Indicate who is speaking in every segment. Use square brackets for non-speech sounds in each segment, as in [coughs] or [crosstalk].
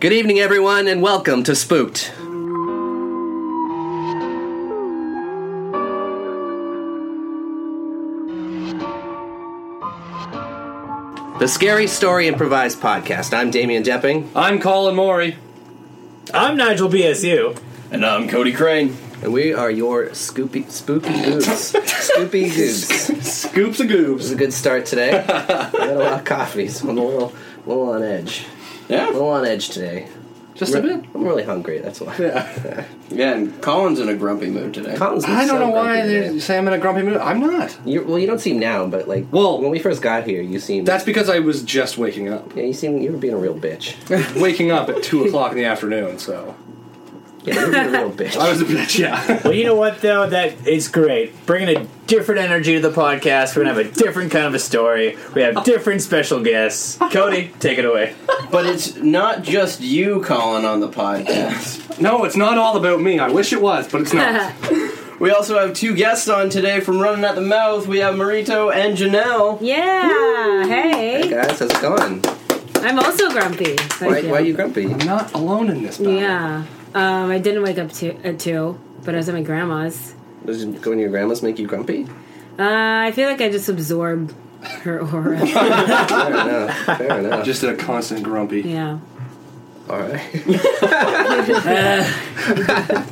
Speaker 1: Good evening, everyone, and welcome to Spooked. The Scary Story Improvised Podcast. I'm Damian Depping,
Speaker 2: I'm Colin Morey.
Speaker 3: I'm Nigel BSU.
Speaker 2: And I'm Cody Crane.
Speaker 1: and we are your scoopy, spooky
Speaker 2: [laughs]
Speaker 1: goobs. Scoopy goobs.
Speaker 2: Scoops a goobs.
Speaker 1: This is a good start today. I had a lot of coffee, so I'm a little, little on edge. A
Speaker 2: Yeah,
Speaker 1: little on edge today.
Speaker 2: just a bit.
Speaker 1: I'm really hungry, that's why.
Speaker 2: Yeah. yeah, and Colin's in a grumpy mood today.
Speaker 1: Colin's
Speaker 2: I
Speaker 1: so
Speaker 2: don't know why
Speaker 1: grumpy
Speaker 2: they
Speaker 1: today.
Speaker 2: say I'm in a grumpy mood. I'm not.
Speaker 1: You, well, you don't seem now, but like,
Speaker 2: Well-
Speaker 1: when we first got here, you seemed.
Speaker 2: That's because I was just waking up.
Speaker 1: yeah, you seem you were being a
Speaker 4: [laughs]
Speaker 1: real bitch.
Speaker 2: waking up at 2 o'clock in the afternoon, so.
Speaker 1: Yeah, you were being a real bitch.
Speaker 2: I was a bitch, yeah.
Speaker 3: Well, you know what though? That is great. Bringing a different energy to the podcast. We're gonna have a different kind of a story. We have different special guests. Cody, take it away.
Speaker 4: But it's not just you, Colin, on the podcast.
Speaker 2: [laughs] no, it's not all about me. I wish it was, but it's
Speaker 5: [laughs]
Speaker 2: not.
Speaker 4: we also have two guests on today from Running at the Mouth. We have Marito and Janelle.
Speaker 5: [laughs] Yeah. Hey.
Speaker 1: Hey guys, how's it going?
Speaker 5: I'm also grumpy.
Speaker 1: Why,
Speaker 5: Thank you.
Speaker 1: why are you grumpy?
Speaker 2: I'm not alone in this battle.
Speaker 5: Yeah. Um, I didn't wake up to, at two, but I was at my grandma's.
Speaker 1: Does going to your grandma's make you grumpy?
Speaker 5: Uh, I feel like I just absorb her aura.
Speaker 1: Fair enough. Fair enough.
Speaker 2: Just a constant grumpy.
Speaker 5: yeah. [laughs]
Speaker 1: All right. [laughs]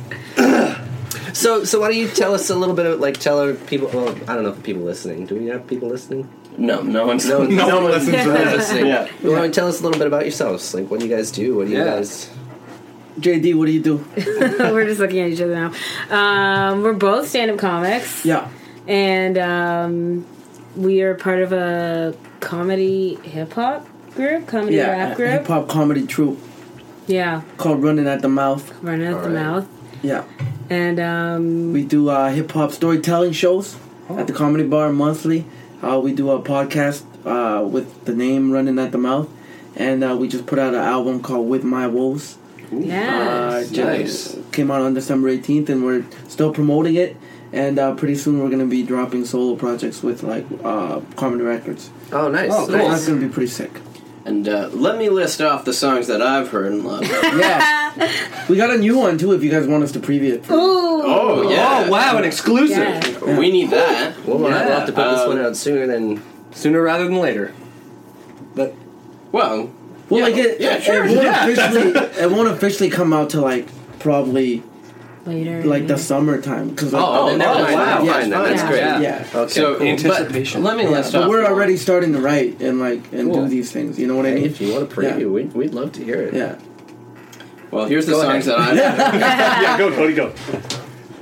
Speaker 1: so, so why don't you tell us a little bit of like tell our people? Well, I don't know if people listening. Do we have people listening?
Speaker 4: No, no one's
Speaker 1: No one-
Speaker 2: [laughs] No, one listens to that.
Speaker 1: listening.
Speaker 4: [laughs] Yeah.
Speaker 1: Well, why don't you tell us a little bit about yourselves? Like, what do you guys do? What do you
Speaker 4: Yeah.
Speaker 1: guys?
Speaker 4: JD, what do you do?
Speaker 5: we're just looking at each other now. Um, we're both stand up comics.
Speaker 4: Yeah.
Speaker 5: And um, we are part of a comedy hip hop group, comedy rap group.
Speaker 6: hip hop comedy troupe
Speaker 5: Yeah.
Speaker 6: called Running at the Mouth.
Speaker 5: Running at the
Speaker 1: Alright.
Speaker 5: mouth.
Speaker 6: Yeah,
Speaker 5: And um,
Speaker 6: we do uh, hip hop storytelling shows at the Comedy Bar monthly. Uh, we do a podcast uh, with the name Running at the Mouth, and uh, we just put out an album called With My Wolves.
Speaker 5: yeah.
Speaker 6: Uh, ju-
Speaker 4: Nice.
Speaker 6: Came out on December 18th, and we're still promoting it. And uh, pretty soon we're gonna be dropping solo projects with like uh, comedy records.
Speaker 1: Oh, nice.
Speaker 2: Oh, cool.
Speaker 1: nice.
Speaker 6: That's gonna be pretty sick.
Speaker 4: And uh, let me list off the songs that I've heard and loved.
Speaker 6: Yeah, we got a new one too. If you guys want us to preview it,
Speaker 5: Ooh.
Speaker 4: oh, yeah.
Speaker 2: [laughs] Oh, wow, an exclusive.
Speaker 5: Yeah.
Speaker 4: We need that.
Speaker 1: Well, I'd
Speaker 2: Yeah,
Speaker 1: love to put this
Speaker 4: um,
Speaker 1: one out sooner than.
Speaker 2: Sooner rather than later. But
Speaker 4: Well,
Speaker 6: Well,
Speaker 4: Yeah.
Speaker 6: like it,
Speaker 4: Yeah, sure.
Speaker 6: it, won't
Speaker 2: Yeah.
Speaker 6: officially, it won't officially come out till like probably
Speaker 5: Later.
Speaker 6: like the summertime. Cause like,
Speaker 1: [laughs] Oh,
Speaker 4: oh,
Speaker 1: never
Speaker 4: oh,
Speaker 1: mind.
Speaker 4: wow.
Speaker 1: Never
Speaker 4: Yeah,
Speaker 1: mind then.
Speaker 5: fine.
Speaker 1: That's great.
Speaker 2: Yeah.
Speaker 6: yeah,
Speaker 1: Okay.
Speaker 4: so
Speaker 1: cool.
Speaker 2: anticipation.
Speaker 4: But let me
Speaker 6: Yeah,
Speaker 4: list
Speaker 6: but
Speaker 4: off.
Speaker 6: we're already starting to write and like and
Speaker 2: Cool.
Speaker 6: do these things. You know what I
Speaker 1: Hey,
Speaker 6: mean?
Speaker 1: if you want to preview,
Speaker 6: Yeah.
Speaker 1: we'd, we'd love to hear it.
Speaker 6: Yeah,
Speaker 4: Well, here's the
Speaker 1: Go
Speaker 4: songs
Speaker 1: ahead.
Speaker 4: that
Speaker 2: [laughs] yeah, go, Cody, go.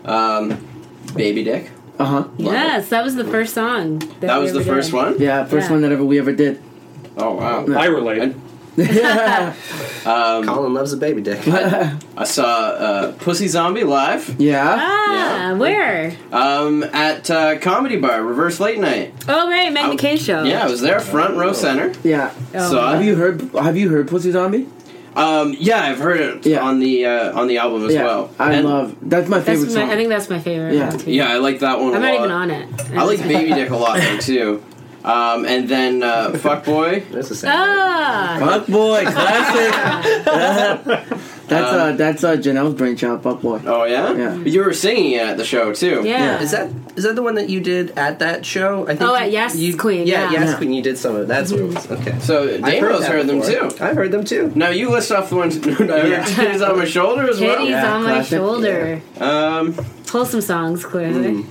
Speaker 4: I've um, Baby Dick.
Speaker 6: uh huh.
Speaker 5: Yes, that was the first song.
Speaker 4: That was the first one?
Speaker 6: Yeah, first
Speaker 5: Yeah.
Speaker 6: one that ever we ever [laughs] did.
Speaker 4: Oh, wow. um,
Speaker 2: I relate.
Speaker 6: yeah,
Speaker 1: Colin loves a baby dick.
Speaker 6: [laughs]
Speaker 5: Ah.
Speaker 4: I saw uh, Pussy Zombie live.
Speaker 6: yeah.
Speaker 5: Ah,
Speaker 4: Yeah.
Speaker 5: where?
Speaker 4: Um, at uh, Comedy Bar, Reverse Late Night.
Speaker 5: Oh, right, Magna K show.
Speaker 4: Yeah, I was there, front row center.
Speaker 5: Oh.
Speaker 4: Saw
Speaker 6: Have
Speaker 4: it.
Speaker 6: you heard? Have you heard Pussy Zombie?
Speaker 4: Um, yeah, I've heard it
Speaker 6: Yeah.
Speaker 4: on the uh, on the album as
Speaker 6: yeah,
Speaker 4: well.
Speaker 6: I
Speaker 4: And-
Speaker 6: love. That's my
Speaker 5: That's
Speaker 6: favorite
Speaker 5: my,
Speaker 6: song.
Speaker 5: I think that's my favorite.
Speaker 6: Yeah.
Speaker 5: one, too.
Speaker 4: Yeah, I like that one.
Speaker 5: I'm
Speaker 4: a
Speaker 5: not
Speaker 4: lot.
Speaker 5: even on it.
Speaker 4: I like Baby Dick a lot though too. Um, and then uh, Fuck Boy.
Speaker 1: That's the same.
Speaker 5: Ah,
Speaker 6: Fuck boy, classic. [laughs] that's uh, that's uh, Janelle's brainchild. Fuck boy.
Speaker 4: Oh yeah?
Speaker 6: Yeah.
Speaker 4: You were singing it at the show too.
Speaker 5: yeah.
Speaker 1: Is that is that the one that you did at that show? I think
Speaker 5: Oh,
Speaker 1: you-
Speaker 5: at Yes
Speaker 1: you,
Speaker 5: Queen,
Speaker 1: Yeah,
Speaker 5: yeah. Mm-hmm.
Speaker 1: Yes
Speaker 6: Yeah.
Speaker 1: Queen. You did some of it. That's what it was. Okay.
Speaker 4: So
Speaker 1: I've
Speaker 4: Daniel's
Speaker 1: that
Speaker 4: heard, them
Speaker 1: before.
Speaker 4: too.
Speaker 1: I've heard them
Speaker 2: [laughs]
Speaker 1: too.
Speaker 4: Now you list off the ones [laughs] titties on my shoulder as
Speaker 5: Titties
Speaker 4: well.
Speaker 6: Yeah,
Speaker 5: on my
Speaker 6: classic.
Speaker 5: shoulder.
Speaker 4: Um,
Speaker 5: Wholesome songs, clearly.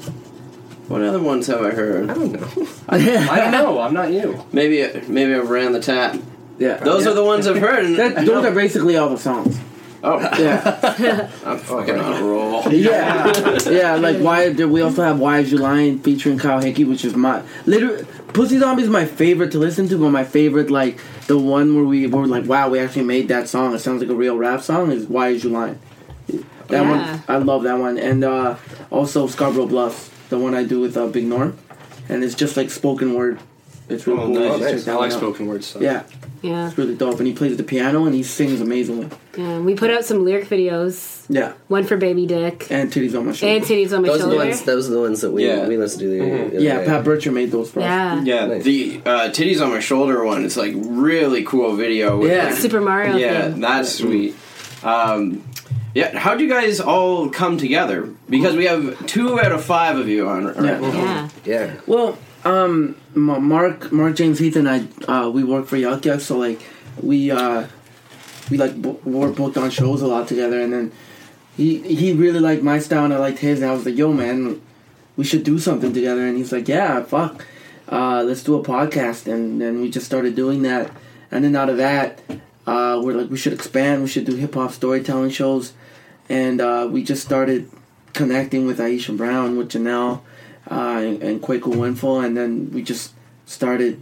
Speaker 4: what other ones have I
Speaker 1: I
Speaker 4: heard?
Speaker 1: don't know.
Speaker 2: I don't know. I'm not you.
Speaker 4: Maybe maybe I've ran the tap.
Speaker 6: [laughs] Yeah.
Speaker 4: Those are the ones I've heard. and-
Speaker 1: [laughs]
Speaker 6: That, those are basically all the songs.
Speaker 4: oh, [laughs]
Speaker 6: Yeah,
Speaker 4: I'm fucking on a roll.
Speaker 6: [laughs] yeah, yeah. Like why? We also have "Why Is You Lying" featuring Kyle Hickey, which is my literally Pussy Zombie is my favorite to listen to, but my favorite like the one where we were like, wow, we actually made that song. It sounds like a real rap song. Is "Why Is You Lying"? That
Speaker 5: Yeah.
Speaker 6: one, I love that one, and uh, also Scarborough Bluffs, the one I do with uh, Big Norm, and it's just like spoken word. It's really
Speaker 4: Oh,
Speaker 6: cool.
Speaker 4: nice.
Speaker 6: You should
Speaker 1: Oh, nice.
Speaker 6: check
Speaker 2: I
Speaker 6: that
Speaker 2: like
Speaker 6: one out.
Speaker 2: spoken word stuff.
Speaker 6: Yeah,
Speaker 5: Yeah.
Speaker 6: It's really dope, and he plays the piano and he sings amazingly.
Speaker 5: yeah. We put out some lyric videos.
Speaker 6: Yeah,
Speaker 5: One for Baby Dick.
Speaker 6: and titties on my shoulder.
Speaker 5: And titties on my
Speaker 1: Those are the
Speaker 5: shoulder.
Speaker 1: ones. Those are the ones [laughs] that we
Speaker 4: Yeah.
Speaker 1: we listened to. The, the
Speaker 6: yeah,
Speaker 1: other
Speaker 6: Pat
Speaker 1: day.
Speaker 6: Burcher made those for us.
Speaker 5: yeah.
Speaker 4: Yeah,
Speaker 1: Nice.
Speaker 4: the uh, titties on my shoulder one is like really cool video. with,
Speaker 6: Yeah.
Speaker 4: like,
Speaker 5: Super Mario
Speaker 4: yeah,
Speaker 5: thing.
Speaker 4: that's sweet. Um, yeah, how do you guys all come together? Because we have two out of five of you on. Right?
Speaker 6: Yeah.
Speaker 5: Yeah.
Speaker 1: yeah.
Speaker 6: Well, um, Ma- Mark, Mark James Heath and I, uh, we work for Yuck Yuck, so like we uh, we like bo- were booked on shows a lot together, and then he he really liked my style and I liked his, and I was like, yo man, we should do something together, and he's like, yeah, fuck, uh, let's do a podcast, and then we just started doing that, and then out of that, uh, we're like, we should expand, we should do hip hop storytelling shows, and uh, we just started connecting with Aisha Brown with Janelle uh, and, and Quaker Winful, and then we just started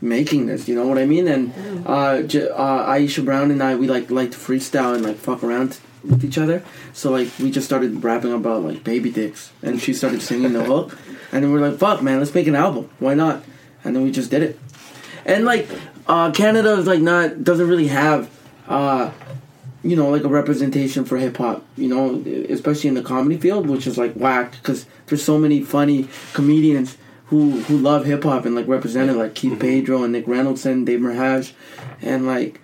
Speaker 6: making this. You know what I mean? And uh, J- uh, Aisha Brown and I, we like like to freestyle and like fuck around with each other. So like we just started rapping about like baby dicks, and she started singing the hook, and then we're like, fuck man, let's make an album. Why not? And then we just did it. And like uh, Canada is like not doesn't really have. Uh, you know, like a representation for hip hop, you know, especially in the comedy field, which is like whack because there's so many funny comedians who who love hip hop and like represent it, like Keith Pedro and Nick Reynoldson, Dave Mirage, and like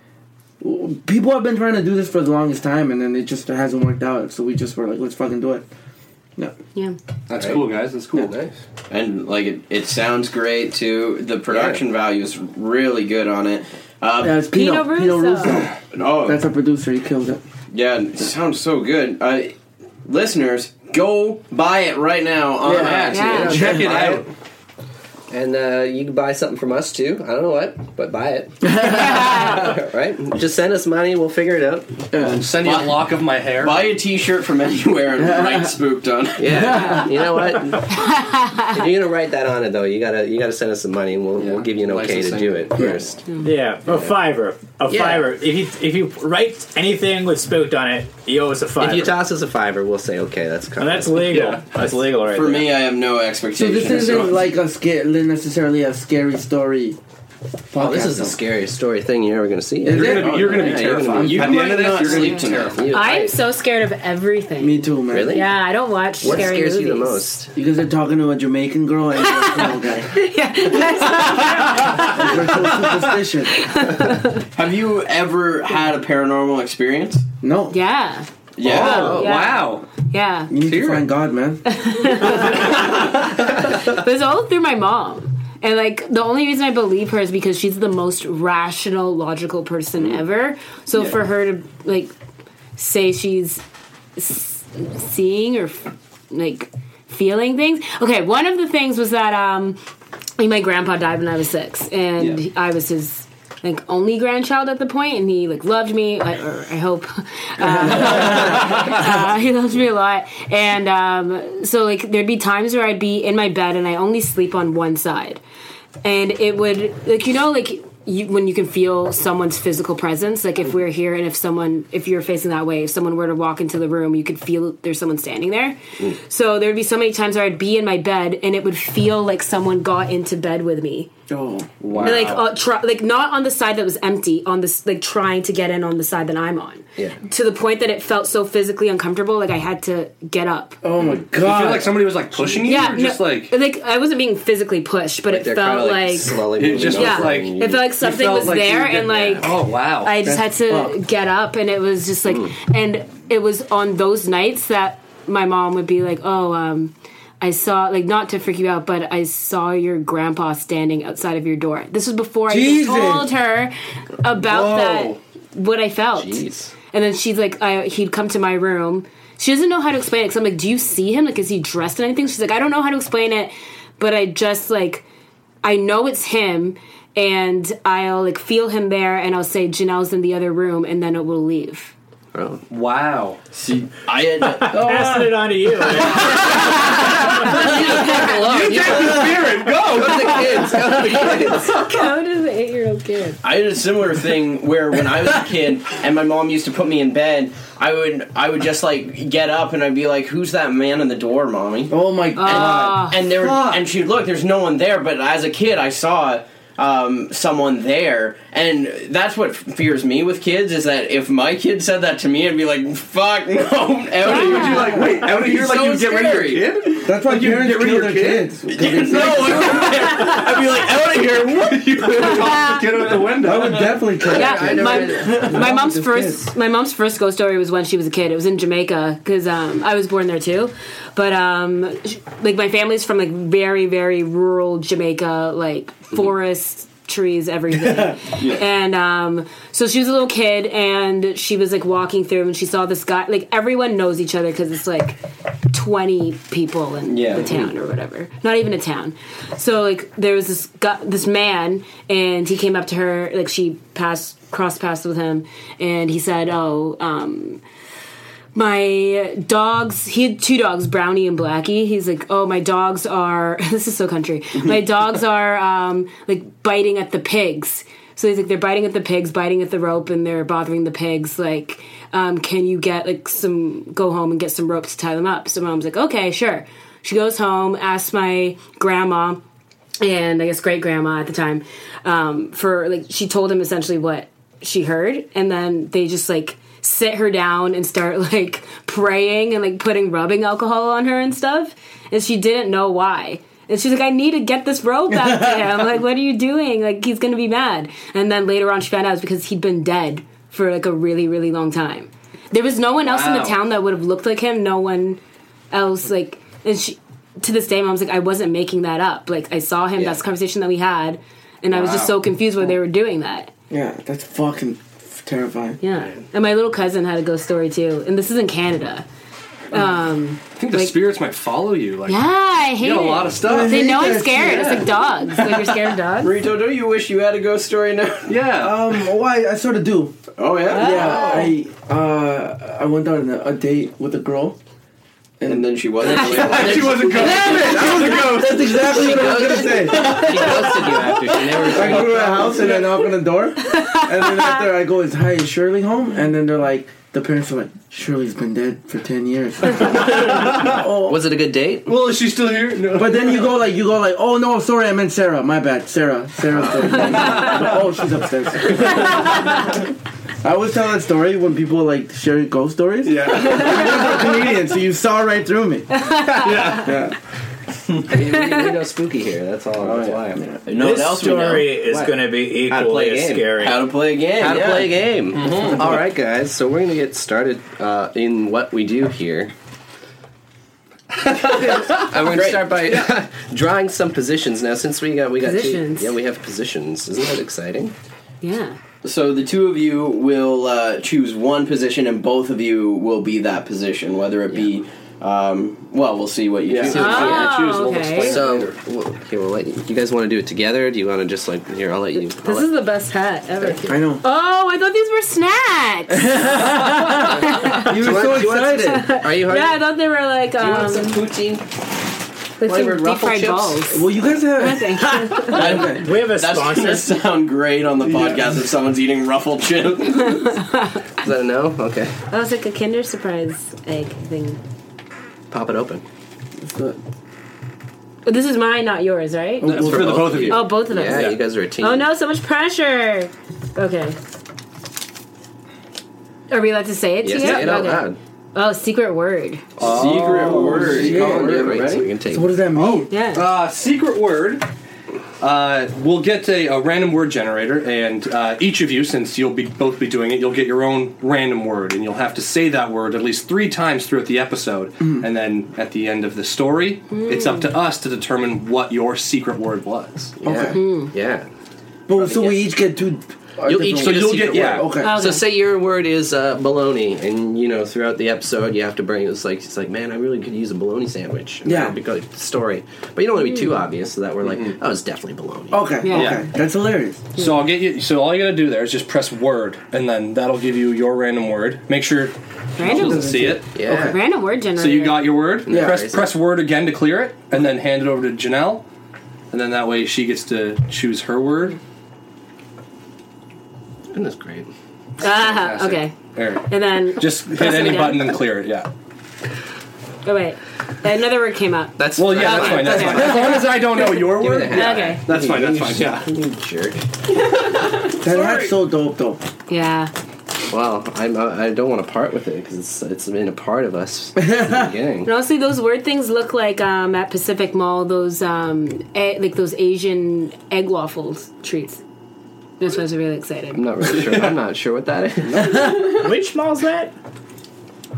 Speaker 6: w- people have been trying to do this for the longest time, and then it just hasn't worked out. So we just were like, let's fucking do it. Yeah,
Speaker 5: Yeah.
Speaker 2: That's
Speaker 1: Right.
Speaker 2: cool, guys. That's cool.
Speaker 1: Nice.
Speaker 4: and like it, it sounds great too. The production value is really good on it. Um,
Speaker 6: yeah it's
Speaker 5: Pino
Speaker 6: Pino, Pino
Speaker 5: Russo.
Speaker 6: Russo.
Speaker 4: oh,
Speaker 6: That's our producer. He killed it.
Speaker 4: yeah, it sounds so good. Uh, listeners, go buy it right now on
Speaker 6: Yeah.
Speaker 4: iTunes.
Speaker 5: Yeah.
Speaker 4: Check it
Speaker 1: Buy
Speaker 4: out.
Speaker 1: it. And uh, you can buy something from us too. I don't know what, but buy
Speaker 5: [laughs]
Speaker 1: it. [laughs] right? Just send us money. We'll figure it out.
Speaker 2: And send you a lock of my hair.
Speaker 4: Buy a T-shirt from anywhere and
Speaker 1: [laughs]
Speaker 4: write "spooked" on. it.
Speaker 1: Yeah. you know what? if you're gonna write that on it though, you gotta you gotta send us some money, and we'll,
Speaker 2: Yeah.
Speaker 1: we'll give you an okay to
Speaker 2: Licensing.
Speaker 1: do it first.
Speaker 3: Yeah, a fiver, a
Speaker 1: Yeah.
Speaker 3: fiver. If you if you write anything with spooked on it, you owe us a fiver.
Speaker 1: If you toss us a fiver, we'll say okay, that's
Speaker 3: and
Speaker 1: covered.
Speaker 3: that's legal. That's legal, right?
Speaker 4: For
Speaker 3: there.
Speaker 4: me, I have no
Speaker 6: So
Speaker 4: expectations.
Speaker 6: this isn't like a scare, necessarily a scary story.
Speaker 1: oh, this is the
Speaker 6: podcast,
Speaker 1: scariest story thing you're ever gonna see.
Speaker 6: Is
Speaker 2: You're
Speaker 6: it?
Speaker 2: gonna be, you're gonna be
Speaker 1: Yeah, you're gonna
Speaker 2: terrified.
Speaker 4: You
Speaker 2: At the end
Speaker 4: might
Speaker 2: of this,
Speaker 4: not
Speaker 2: you're gonna be
Speaker 4: sleep
Speaker 2: terrified.
Speaker 4: tonight.
Speaker 1: You-
Speaker 5: I'm so scared of
Speaker 6: [laughs]
Speaker 5: everything.
Speaker 6: Me too, man.
Speaker 1: Really?
Speaker 5: Yeah, I don't watch
Speaker 1: What
Speaker 5: scary
Speaker 1: scares
Speaker 5: movies.
Speaker 1: you the
Speaker 5: [laughs]
Speaker 1: most?
Speaker 6: You guys are talking to a Jamaican girl and you're a Filipino guy. You're so superstitious.
Speaker 4: Have you ever had a paranormal experience?
Speaker 1: Oh,
Speaker 6: No.
Speaker 5: [laughs] Yeah.
Speaker 4: Yeah.
Speaker 5: Yeah.
Speaker 2: Wow.
Speaker 5: Yeah.
Speaker 6: You need to find God, man.
Speaker 5: But it's all through my mom. And like the only reason I believe her is because she's the most rational, logical person ever. So for her to like say she's s- seeing or f- like feeling things. Okay, one of the things was that um like, my grandpa died when I was 6 and
Speaker 4: Yeah.
Speaker 5: I was his like only grandchild at the point and he like loved me I, or I hope uh, [laughs] he loves me a lot and um, so like there'd be times where i'd be in my bed and i only sleep on one side and it would like you know like you, when you can feel someone's physical presence like if we're here and if someone if you're facing that way if someone were to walk into the room you could feel there's someone standing there so there'd be so many times where i'd be in my bed and it would feel like someone got into bed with me
Speaker 6: Oh.
Speaker 4: Wow.
Speaker 5: like uh, try, like not on the side that was empty, on this like trying to get in on the side that I'm on.
Speaker 1: Yeah.
Speaker 5: To the point that it felt so physically uncomfortable, like I had to get up.
Speaker 6: Oh my
Speaker 2: You
Speaker 6: God.
Speaker 2: feel like somebody was like pushing you,
Speaker 5: yeah,
Speaker 2: or just
Speaker 5: no,
Speaker 2: like
Speaker 5: I wasn't being physically pushed, but it
Speaker 1: They're kind
Speaker 5: felt
Speaker 1: of
Speaker 5: like,
Speaker 1: like, slowly
Speaker 2: It
Speaker 1: moving
Speaker 2: just
Speaker 1: over
Speaker 5: was
Speaker 1: and
Speaker 2: like-
Speaker 1: you-
Speaker 5: it felt like
Speaker 2: you
Speaker 5: something
Speaker 2: felt
Speaker 5: was
Speaker 2: like you
Speaker 5: there
Speaker 2: did
Speaker 5: and
Speaker 2: that.
Speaker 5: like
Speaker 2: oh Mm. wow.
Speaker 5: I just had
Speaker 6: That's
Speaker 5: to
Speaker 6: fucked.
Speaker 5: get up, and it was just like, and it was on those nights that my mom would be like, "Oh, um, I saw like not to freak you out, but I saw your grandpa standing outside of your door." This was before
Speaker 6: Jesus.
Speaker 5: I even told her about
Speaker 6: Whoa.
Speaker 5: that what I felt,
Speaker 1: Jeez.
Speaker 5: and then she's like, I, "He'd come to my room." She doesn't know how to explain it. Cause I'm like, "Do you see him? Like, is he dressed in anything?" She's like, "I don't know how to explain it, but I just like." I know it's him, and I'll like feel him there, and I'll say Janelle's in the other room, and then it will leave.
Speaker 1: Oh.
Speaker 2: wow.
Speaker 4: See, I
Speaker 1: [laughs]
Speaker 4: had. Oh,
Speaker 3: passing it on to [laughs] you. man.
Speaker 2: Spirit, go.
Speaker 1: Go to the kids. Go to the kids.
Speaker 5: [laughs] How does an eight-year-old kid?
Speaker 4: I had a similar thing where when I was a kid and my mom used to put me in bed, I would I would just like get up and I'd be like, "Who's that man in the door, mommy?"
Speaker 5: Ah.
Speaker 6: oh my God.
Speaker 4: and there and she looked. There's no one there, but as a kid, I saw it. um, someone there, and that's what fears me with kids is that if my kid said that to me, I'd be like, "Fuck [laughs] no, Ellie, would you
Speaker 5: [laughs]
Speaker 4: like?"
Speaker 2: wait, out of here, like
Speaker 4: so
Speaker 2: you get rid of
Speaker 4: scary.
Speaker 2: your kid?
Speaker 6: That's why
Speaker 2: Like, you
Speaker 6: parents
Speaker 2: get rid
Speaker 6: kill
Speaker 2: of
Speaker 6: their
Speaker 2: your kid?
Speaker 6: kids. 'cause they
Speaker 4: No,
Speaker 6: think-
Speaker 4: I'd be like, "Out of here!" What?
Speaker 2: you
Speaker 5: [laughs]
Speaker 2: toss the kid out the
Speaker 6: I
Speaker 2: window.
Speaker 1: Oh.
Speaker 6: would definitely kill.
Speaker 5: Yeah,
Speaker 6: I never
Speaker 5: my, my mom's
Speaker 6: Just
Speaker 5: first my mom's first ghost story was when she was a kid. It was in Jamaica because um, I was born there too, but um, sh- like my family's from like very very rural Jamaica, like forests, trees, everything. And um, so she was a little kid, and she was like walking through, and she saw this guy. Like everyone knows each other because it's like twenty people in
Speaker 4: Yeah.
Speaker 5: the town or whatever. Not even a town. So like there was this guy, this man, and he came up to her. Like she passed crossed paths with him, and he said, "Oh, um, my dogs he had two dogs brownie and blackie he's like oh my dogs are [laughs] this is so country my dogs are um, like biting at the pigs so he's like they're biting at the pigs biting at the rope and they're bothering the pigs like um, can you get like some go home and get some rope to tie them up so mom's like okay sure she goes home asks my grandma and I guess great grandma at the time um, for like she told him essentially what she heard, and then they just like sit her down and start [laughs] like praying and like putting rubbing alcohol on her and stuff, and she didn't know why. And she's like, I need to get this rope back to him. like, what are you doing? Like, he's gonna be mad. And then later on, she found out it was because he'd been dead for like a really, really long time. There was no one else in the
Speaker 4: Wow.
Speaker 5: town that would have looked like him. No one else like and she to this day mom's like i wasn't making that up like i saw him that's the conversation that we had and i was just so confused why they were doing that
Speaker 6: Yeah, that's fucking f- terrifying.
Speaker 5: yeah and my little cousin had a ghost story too and this is in canada
Speaker 2: I think the spirits might follow you. Like,
Speaker 5: yeah i hate
Speaker 2: you got a
Speaker 5: it.
Speaker 2: lot of stuff.
Speaker 5: they know i'm
Speaker 6: Yeah.
Speaker 5: scared it's like dogs like you're scared of dogs
Speaker 1: [laughs]
Speaker 4: Rito, don't you wish you had a ghost story now? [laughs]
Speaker 2: Yeah.
Speaker 6: Um, oh, I, I sort of do.
Speaker 4: Oh yeah,
Speaker 6: Yeah, I uh, I went on a, a date with a girl.
Speaker 4: And then she
Speaker 1: [laughs]
Speaker 4: wasn't.
Speaker 2: she wasn't ghost. She was a ghost.
Speaker 6: That's exactly what I was gonna say.
Speaker 4: she ghosted you after she
Speaker 6: I
Speaker 4: never.
Speaker 6: go to a house and I knock on the door, and then after I go, "Is hi, is Shirley home?" And then they're like, the parents are like, "Shirley's been dead for ten [laughs] years." oh.
Speaker 4: Was it a good date?
Speaker 2: Well, is she still here? No.
Speaker 6: But then you go like, you go like, "Oh no, sorry, I meant Sarah. My bad, Sarah. Sarah's dead." [laughs] oh, she's upstairs. I always tell that story when people like share ghost stories.
Speaker 2: yeah.
Speaker 6: I'm a comedian, so you saw right through [laughs] me.
Speaker 1: we, [laughs] we know spooky here. That's all. that's
Speaker 6: yeah.
Speaker 1: why. I'm
Speaker 4: No,
Speaker 3: this story is
Speaker 1: What?
Speaker 3: going to be
Speaker 1: How to play
Speaker 3: equally
Speaker 1: a
Speaker 3: as
Speaker 1: game.
Speaker 3: scary.
Speaker 4: How to play a game?
Speaker 1: How to
Speaker 4: yeah. Mm-hmm.
Speaker 1: play a game. Mm-hmm. All right, guys. So we're gonna get started uh, in what we do here. [laughs] and we're gonna start by [laughs] drawing some positions now. Since we got we got
Speaker 5: Positions.
Speaker 1: Two, yeah, we have positions. Isn't that exciting?
Speaker 5: yeah
Speaker 4: So the two of you will uh, choose one position, and both of you will be that position, whether it be. Um, well, we'll see what you choose.
Speaker 1: Ah.
Speaker 5: Oh,
Speaker 2: choose. We'll
Speaker 5: okay.
Speaker 2: explain
Speaker 1: So
Speaker 2: later.
Speaker 1: well, here we'll let you, you guys want to do it together. Do you want to just like here? I'll let you. I'll
Speaker 5: this
Speaker 1: let-
Speaker 5: is the best hat ever
Speaker 6: I know.
Speaker 5: oh i thought these were snacks
Speaker 6: You were so
Speaker 1: Do you want- do you want-
Speaker 6: excited.
Speaker 1: Are you hungry?
Speaker 5: yeah i thought they were like um
Speaker 1: poutine.
Speaker 5: like
Speaker 1: flavored
Speaker 5: some deep
Speaker 1: Ruffle
Speaker 5: fried
Speaker 1: chips?
Speaker 5: balls Oh,
Speaker 6: Well, you guys
Speaker 5: [laughs]
Speaker 6: have.
Speaker 4: That-
Speaker 3: we have a
Speaker 4: That's going to
Speaker 3: sponsor.
Speaker 4: sound great on the podcast if someone's eating ruffle
Speaker 5: [laughs]
Speaker 4: chip.
Speaker 1: Is that a no? Okay.
Speaker 5: that was like a kinder surprise egg thing
Speaker 1: Pop it open.
Speaker 5: but this is mine not yours right
Speaker 2: That's for, the both of you.
Speaker 5: oh both of us
Speaker 1: Yeah, you guys are a team.
Speaker 5: Oh no, so much pressure. Okay. Are we allowed to say it
Speaker 1: Yes,
Speaker 5: to you?
Speaker 1: say it out
Speaker 5: Okay.
Speaker 1: loud. Oh,
Speaker 5: Oh, secret word.
Speaker 4: Secret word.
Speaker 6: shit.
Speaker 4: Colin, you
Speaker 1: Right, so we
Speaker 4: ready?
Speaker 1: can take.
Speaker 6: So what does that mean?
Speaker 5: Oh, Yeah.
Speaker 2: Uh, secret word. Uh, we'll get a, a random word generator, and uh, each of you, since you'll be both be doing it, you'll get your own random word, and you'll have to say that word at least three times throughout the episode, and then at the end of the story, it's up to us to determine what your secret word was.
Speaker 1: Yeah.
Speaker 5: Mm.
Speaker 1: Yeah.
Speaker 6: But, so we each get two.
Speaker 1: You'll each
Speaker 2: So
Speaker 1: get a
Speaker 2: you'll
Speaker 1: secret
Speaker 2: get- yeah.
Speaker 1: word.
Speaker 6: Okay.
Speaker 5: Okay.
Speaker 1: So say your word is uh, bologna, and you know throughout the episode you have to bring it's like it's like man I really could use a bologna sandwich. And
Speaker 6: Yeah.
Speaker 1: that'd be good story, but you don't want to be too obvious so that we're like Mm. oh it's definitely bologna.
Speaker 6: Okay.
Speaker 5: Yeah.
Speaker 6: Okay. That's hilarious.
Speaker 2: So I'll get you. So all you gotta do there is just press word, and then that'll give you your random word. Make sure she doesn't
Speaker 5: random,
Speaker 2: see it.
Speaker 1: Yeah.
Speaker 5: random word generator.
Speaker 2: So you got your word.
Speaker 6: Yeah.
Speaker 2: press press word again to clear it, and then hand it over to Janelle, and then that way she gets to choose her word.
Speaker 1: Goodness, great.
Speaker 5: Ah,
Speaker 2: Fantastic.
Speaker 5: okay.
Speaker 2: There.
Speaker 5: And then
Speaker 2: Just hit
Speaker 5: Press it
Speaker 2: any
Speaker 5: again.
Speaker 2: button and clear it. Yeah.
Speaker 5: Oh wait, another word came up.
Speaker 1: That's
Speaker 2: Well, yeah, that's fine. That's fine. As long as I don't know your
Speaker 1: Give me
Speaker 2: word,
Speaker 1: the
Speaker 2: yeah,
Speaker 1: hat.
Speaker 5: Okay.
Speaker 2: that's fine. That's fine. Yeah.
Speaker 1: You jerk.
Speaker 6: That hat's so dope, though.
Speaker 5: Yeah.
Speaker 1: Wow, I'm, uh, I I don't want to part with it because it's it's been a part of us from [laughs] the beginning.
Speaker 5: And honestly, those word things look like um, at Pacific Mall those um, e- like those Asian egg waffles treats. This was really
Speaker 1: I'm
Speaker 5: excited.
Speaker 1: not really sure. I'm not sure what that is.
Speaker 3: Which mall's that?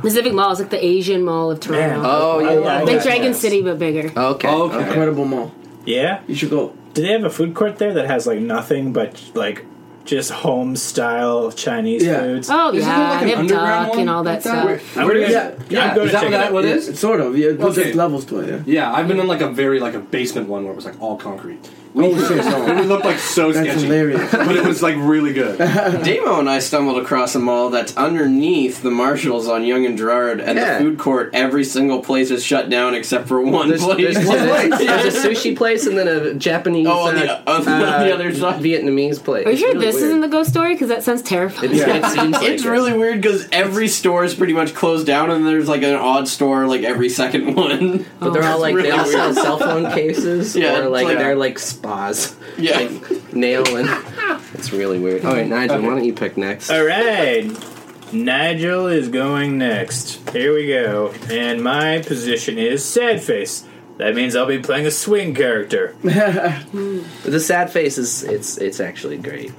Speaker 5: Pacific Mall is like the Asian Mall of Toronto,
Speaker 3: Yeah.
Speaker 1: Oh yeah.
Speaker 3: I
Speaker 5: like
Speaker 3: love that.
Speaker 5: Dragon City but bigger.
Speaker 2: Oh.
Speaker 1: Okay.
Speaker 2: Okay.
Speaker 6: Incredible mall.
Speaker 3: Yeah.
Speaker 6: You should go.
Speaker 3: Do they have a food court there that has like nothing but like just home style Chinese
Speaker 6: Yeah.
Speaker 3: foods?
Speaker 5: Oh
Speaker 2: Isn't there,
Speaker 5: yeah,
Speaker 2: like, an
Speaker 5: they have
Speaker 2: underground
Speaker 5: duck
Speaker 2: one
Speaker 5: and all that
Speaker 2: like that?
Speaker 5: stuff.
Speaker 3: I'm
Speaker 6: Where
Speaker 3: gonna-
Speaker 6: do you-
Speaker 2: Yeah,
Speaker 3: I'm gonna
Speaker 2: is that
Speaker 3: check it
Speaker 2: what
Speaker 3: out.
Speaker 2: that what it is?
Speaker 6: It's sort of. Yeah, there's
Speaker 2: Okay.
Speaker 6: just levels to it. Yeah.
Speaker 2: Yeah, I've been in like a very like a basement one where it was like all concrete.
Speaker 6: Oh shit,
Speaker 2: And
Speaker 6: no.
Speaker 2: it looked like so
Speaker 6: That's
Speaker 2: sketchy,
Speaker 6: hilarious.
Speaker 2: but it was like really good.
Speaker 4: Damo and I stumbled across a mall that's underneath the Marshalls on Young and Gerard, and
Speaker 1: Yeah.
Speaker 4: the food court. Every single place is shut down except for one
Speaker 1: There's,
Speaker 4: place. [laughs]
Speaker 1: there's, there's, there's
Speaker 5: [laughs]
Speaker 1: a sushi place and then a Japanese.
Speaker 4: Oh, on the-
Speaker 1: uh,
Speaker 4: on the- on the
Speaker 1: uh,
Speaker 4: other side.
Speaker 1: Vietnamese place.
Speaker 5: Are you sure
Speaker 1: It's really
Speaker 5: this
Speaker 1: weird.
Speaker 5: isn't the ghost story? Because that sounds terrifying.
Speaker 1: It's, it seems like
Speaker 4: it's
Speaker 1: it.
Speaker 4: really weird because every store is pretty much closed down, and there's like an odd store like every second one.
Speaker 1: But they're all like
Speaker 4: really
Speaker 1: they all
Speaker 4: weird.
Speaker 1: sell cell phone cases
Speaker 4: [laughs] Yeah,
Speaker 1: or like
Speaker 4: it's like-
Speaker 1: they're like
Speaker 4: [laughs]
Speaker 1: spas.
Speaker 4: Yeah. Mm.
Speaker 1: Like, nail
Speaker 4: [laughs]
Speaker 1: and it's really weird. All right, Nigel, why don't you pick next?
Speaker 3: All right. Nigel is going next. Here we go. And my position is sad face. That means I'll be playing a swing character.
Speaker 1: The sad face is it's it's actually great.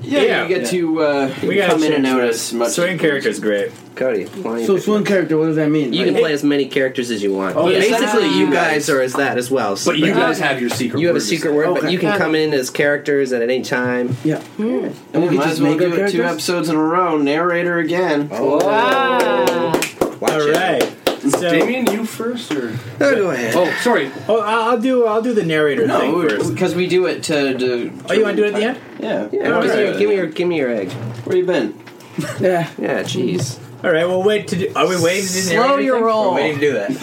Speaker 4: Yeah,
Speaker 3: Yeah.
Speaker 4: you get to uh,
Speaker 3: We gotta
Speaker 4: come in and
Speaker 3: change
Speaker 4: out
Speaker 3: that.
Speaker 4: as much.
Speaker 3: Swing character's great.
Speaker 1: Cody, why don't you
Speaker 6: So
Speaker 1: pick
Speaker 6: swing
Speaker 1: next?
Speaker 6: character, what does that mean?
Speaker 1: You
Speaker 6: Like-
Speaker 1: can play as many characters as you want.
Speaker 6: Oh, yeah.
Speaker 1: Basically, you
Speaker 4: Ah.
Speaker 1: guys are as that as well. So
Speaker 2: But you
Speaker 1: like,
Speaker 2: guys have your secret.
Speaker 1: you have a
Speaker 2: word.
Speaker 1: secret word, but
Speaker 6: Okay.
Speaker 1: you can come in as characters at any time.
Speaker 6: yeah.
Speaker 5: Hmm.
Speaker 6: And we
Speaker 4: We
Speaker 6: can
Speaker 4: might
Speaker 6: just
Speaker 4: as well
Speaker 6: make
Speaker 4: do
Speaker 6: up
Speaker 4: it two
Speaker 6: characters.
Speaker 4: episodes in a row. Narrator again.
Speaker 3: Oh,
Speaker 5: Ah.
Speaker 1: Watch
Speaker 3: All right. So
Speaker 2: Damien, you first, or
Speaker 1: it. Oh, go ahead.
Speaker 2: oh, sorry.
Speaker 3: Oh, I- I'll do I'll do the narrator
Speaker 4: No,
Speaker 3: thing first.
Speaker 4: because we do it to. to
Speaker 3: Oh, you want to do it at the end?
Speaker 4: Yeah.
Speaker 1: Yeah,
Speaker 4: All
Speaker 1: give, me
Speaker 4: right.
Speaker 1: your, give me your give me your egg.
Speaker 4: Where you been?
Speaker 6: Yeah.
Speaker 1: Yeah, jeez.
Speaker 3: All right. Well, wait to do. Are we waiting to do
Speaker 4: Slow
Speaker 3: narrator
Speaker 4: your
Speaker 3: thing?
Speaker 4: roll.
Speaker 3: We're waiting to do that.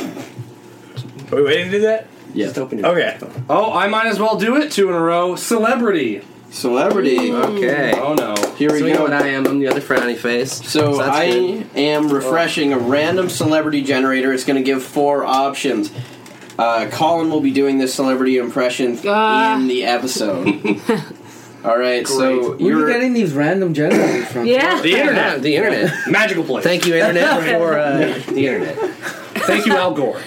Speaker 3: Are we waiting to do that?
Speaker 1: Just open your
Speaker 3: Okay.
Speaker 2: Oh, I might as well do it two in a row. Celebrity.
Speaker 4: Celebrity.
Speaker 1: Okay.
Speaker 2: Oh no.
Speaker 4: Here we
Speaker 1: so
Speaker 4: go.
Speaker 1: you know what I am? I'm the other frowny face.
Speaker 4: So
Speaker 1: that's
Speaker 4: I
Speaker 1: good.
Speaker 4: am refreshing a random celebrity generator. It's going to give four options. Uh, Colin will be doing this celebrity impression
Speaker 5: [laughs] Ah.
Speaker 4: in the
Speaker 5: [laughs]
Speaker 4: episode. All right, so
Speaker 6: Where are you
Speaker 4: you're
Speaker 6: getting these random generators from?
Speaker 5: Yeah.
Speaker 2: The
Speaker 1: Yeah,
Speaker 2: internet.
Speaker 1: the internet.
Speaker 2: [laughs] Magical place.
Speaker 1: Thank you, internet, for uh, the internet.
Speaker 2: Thank you, Al Gore.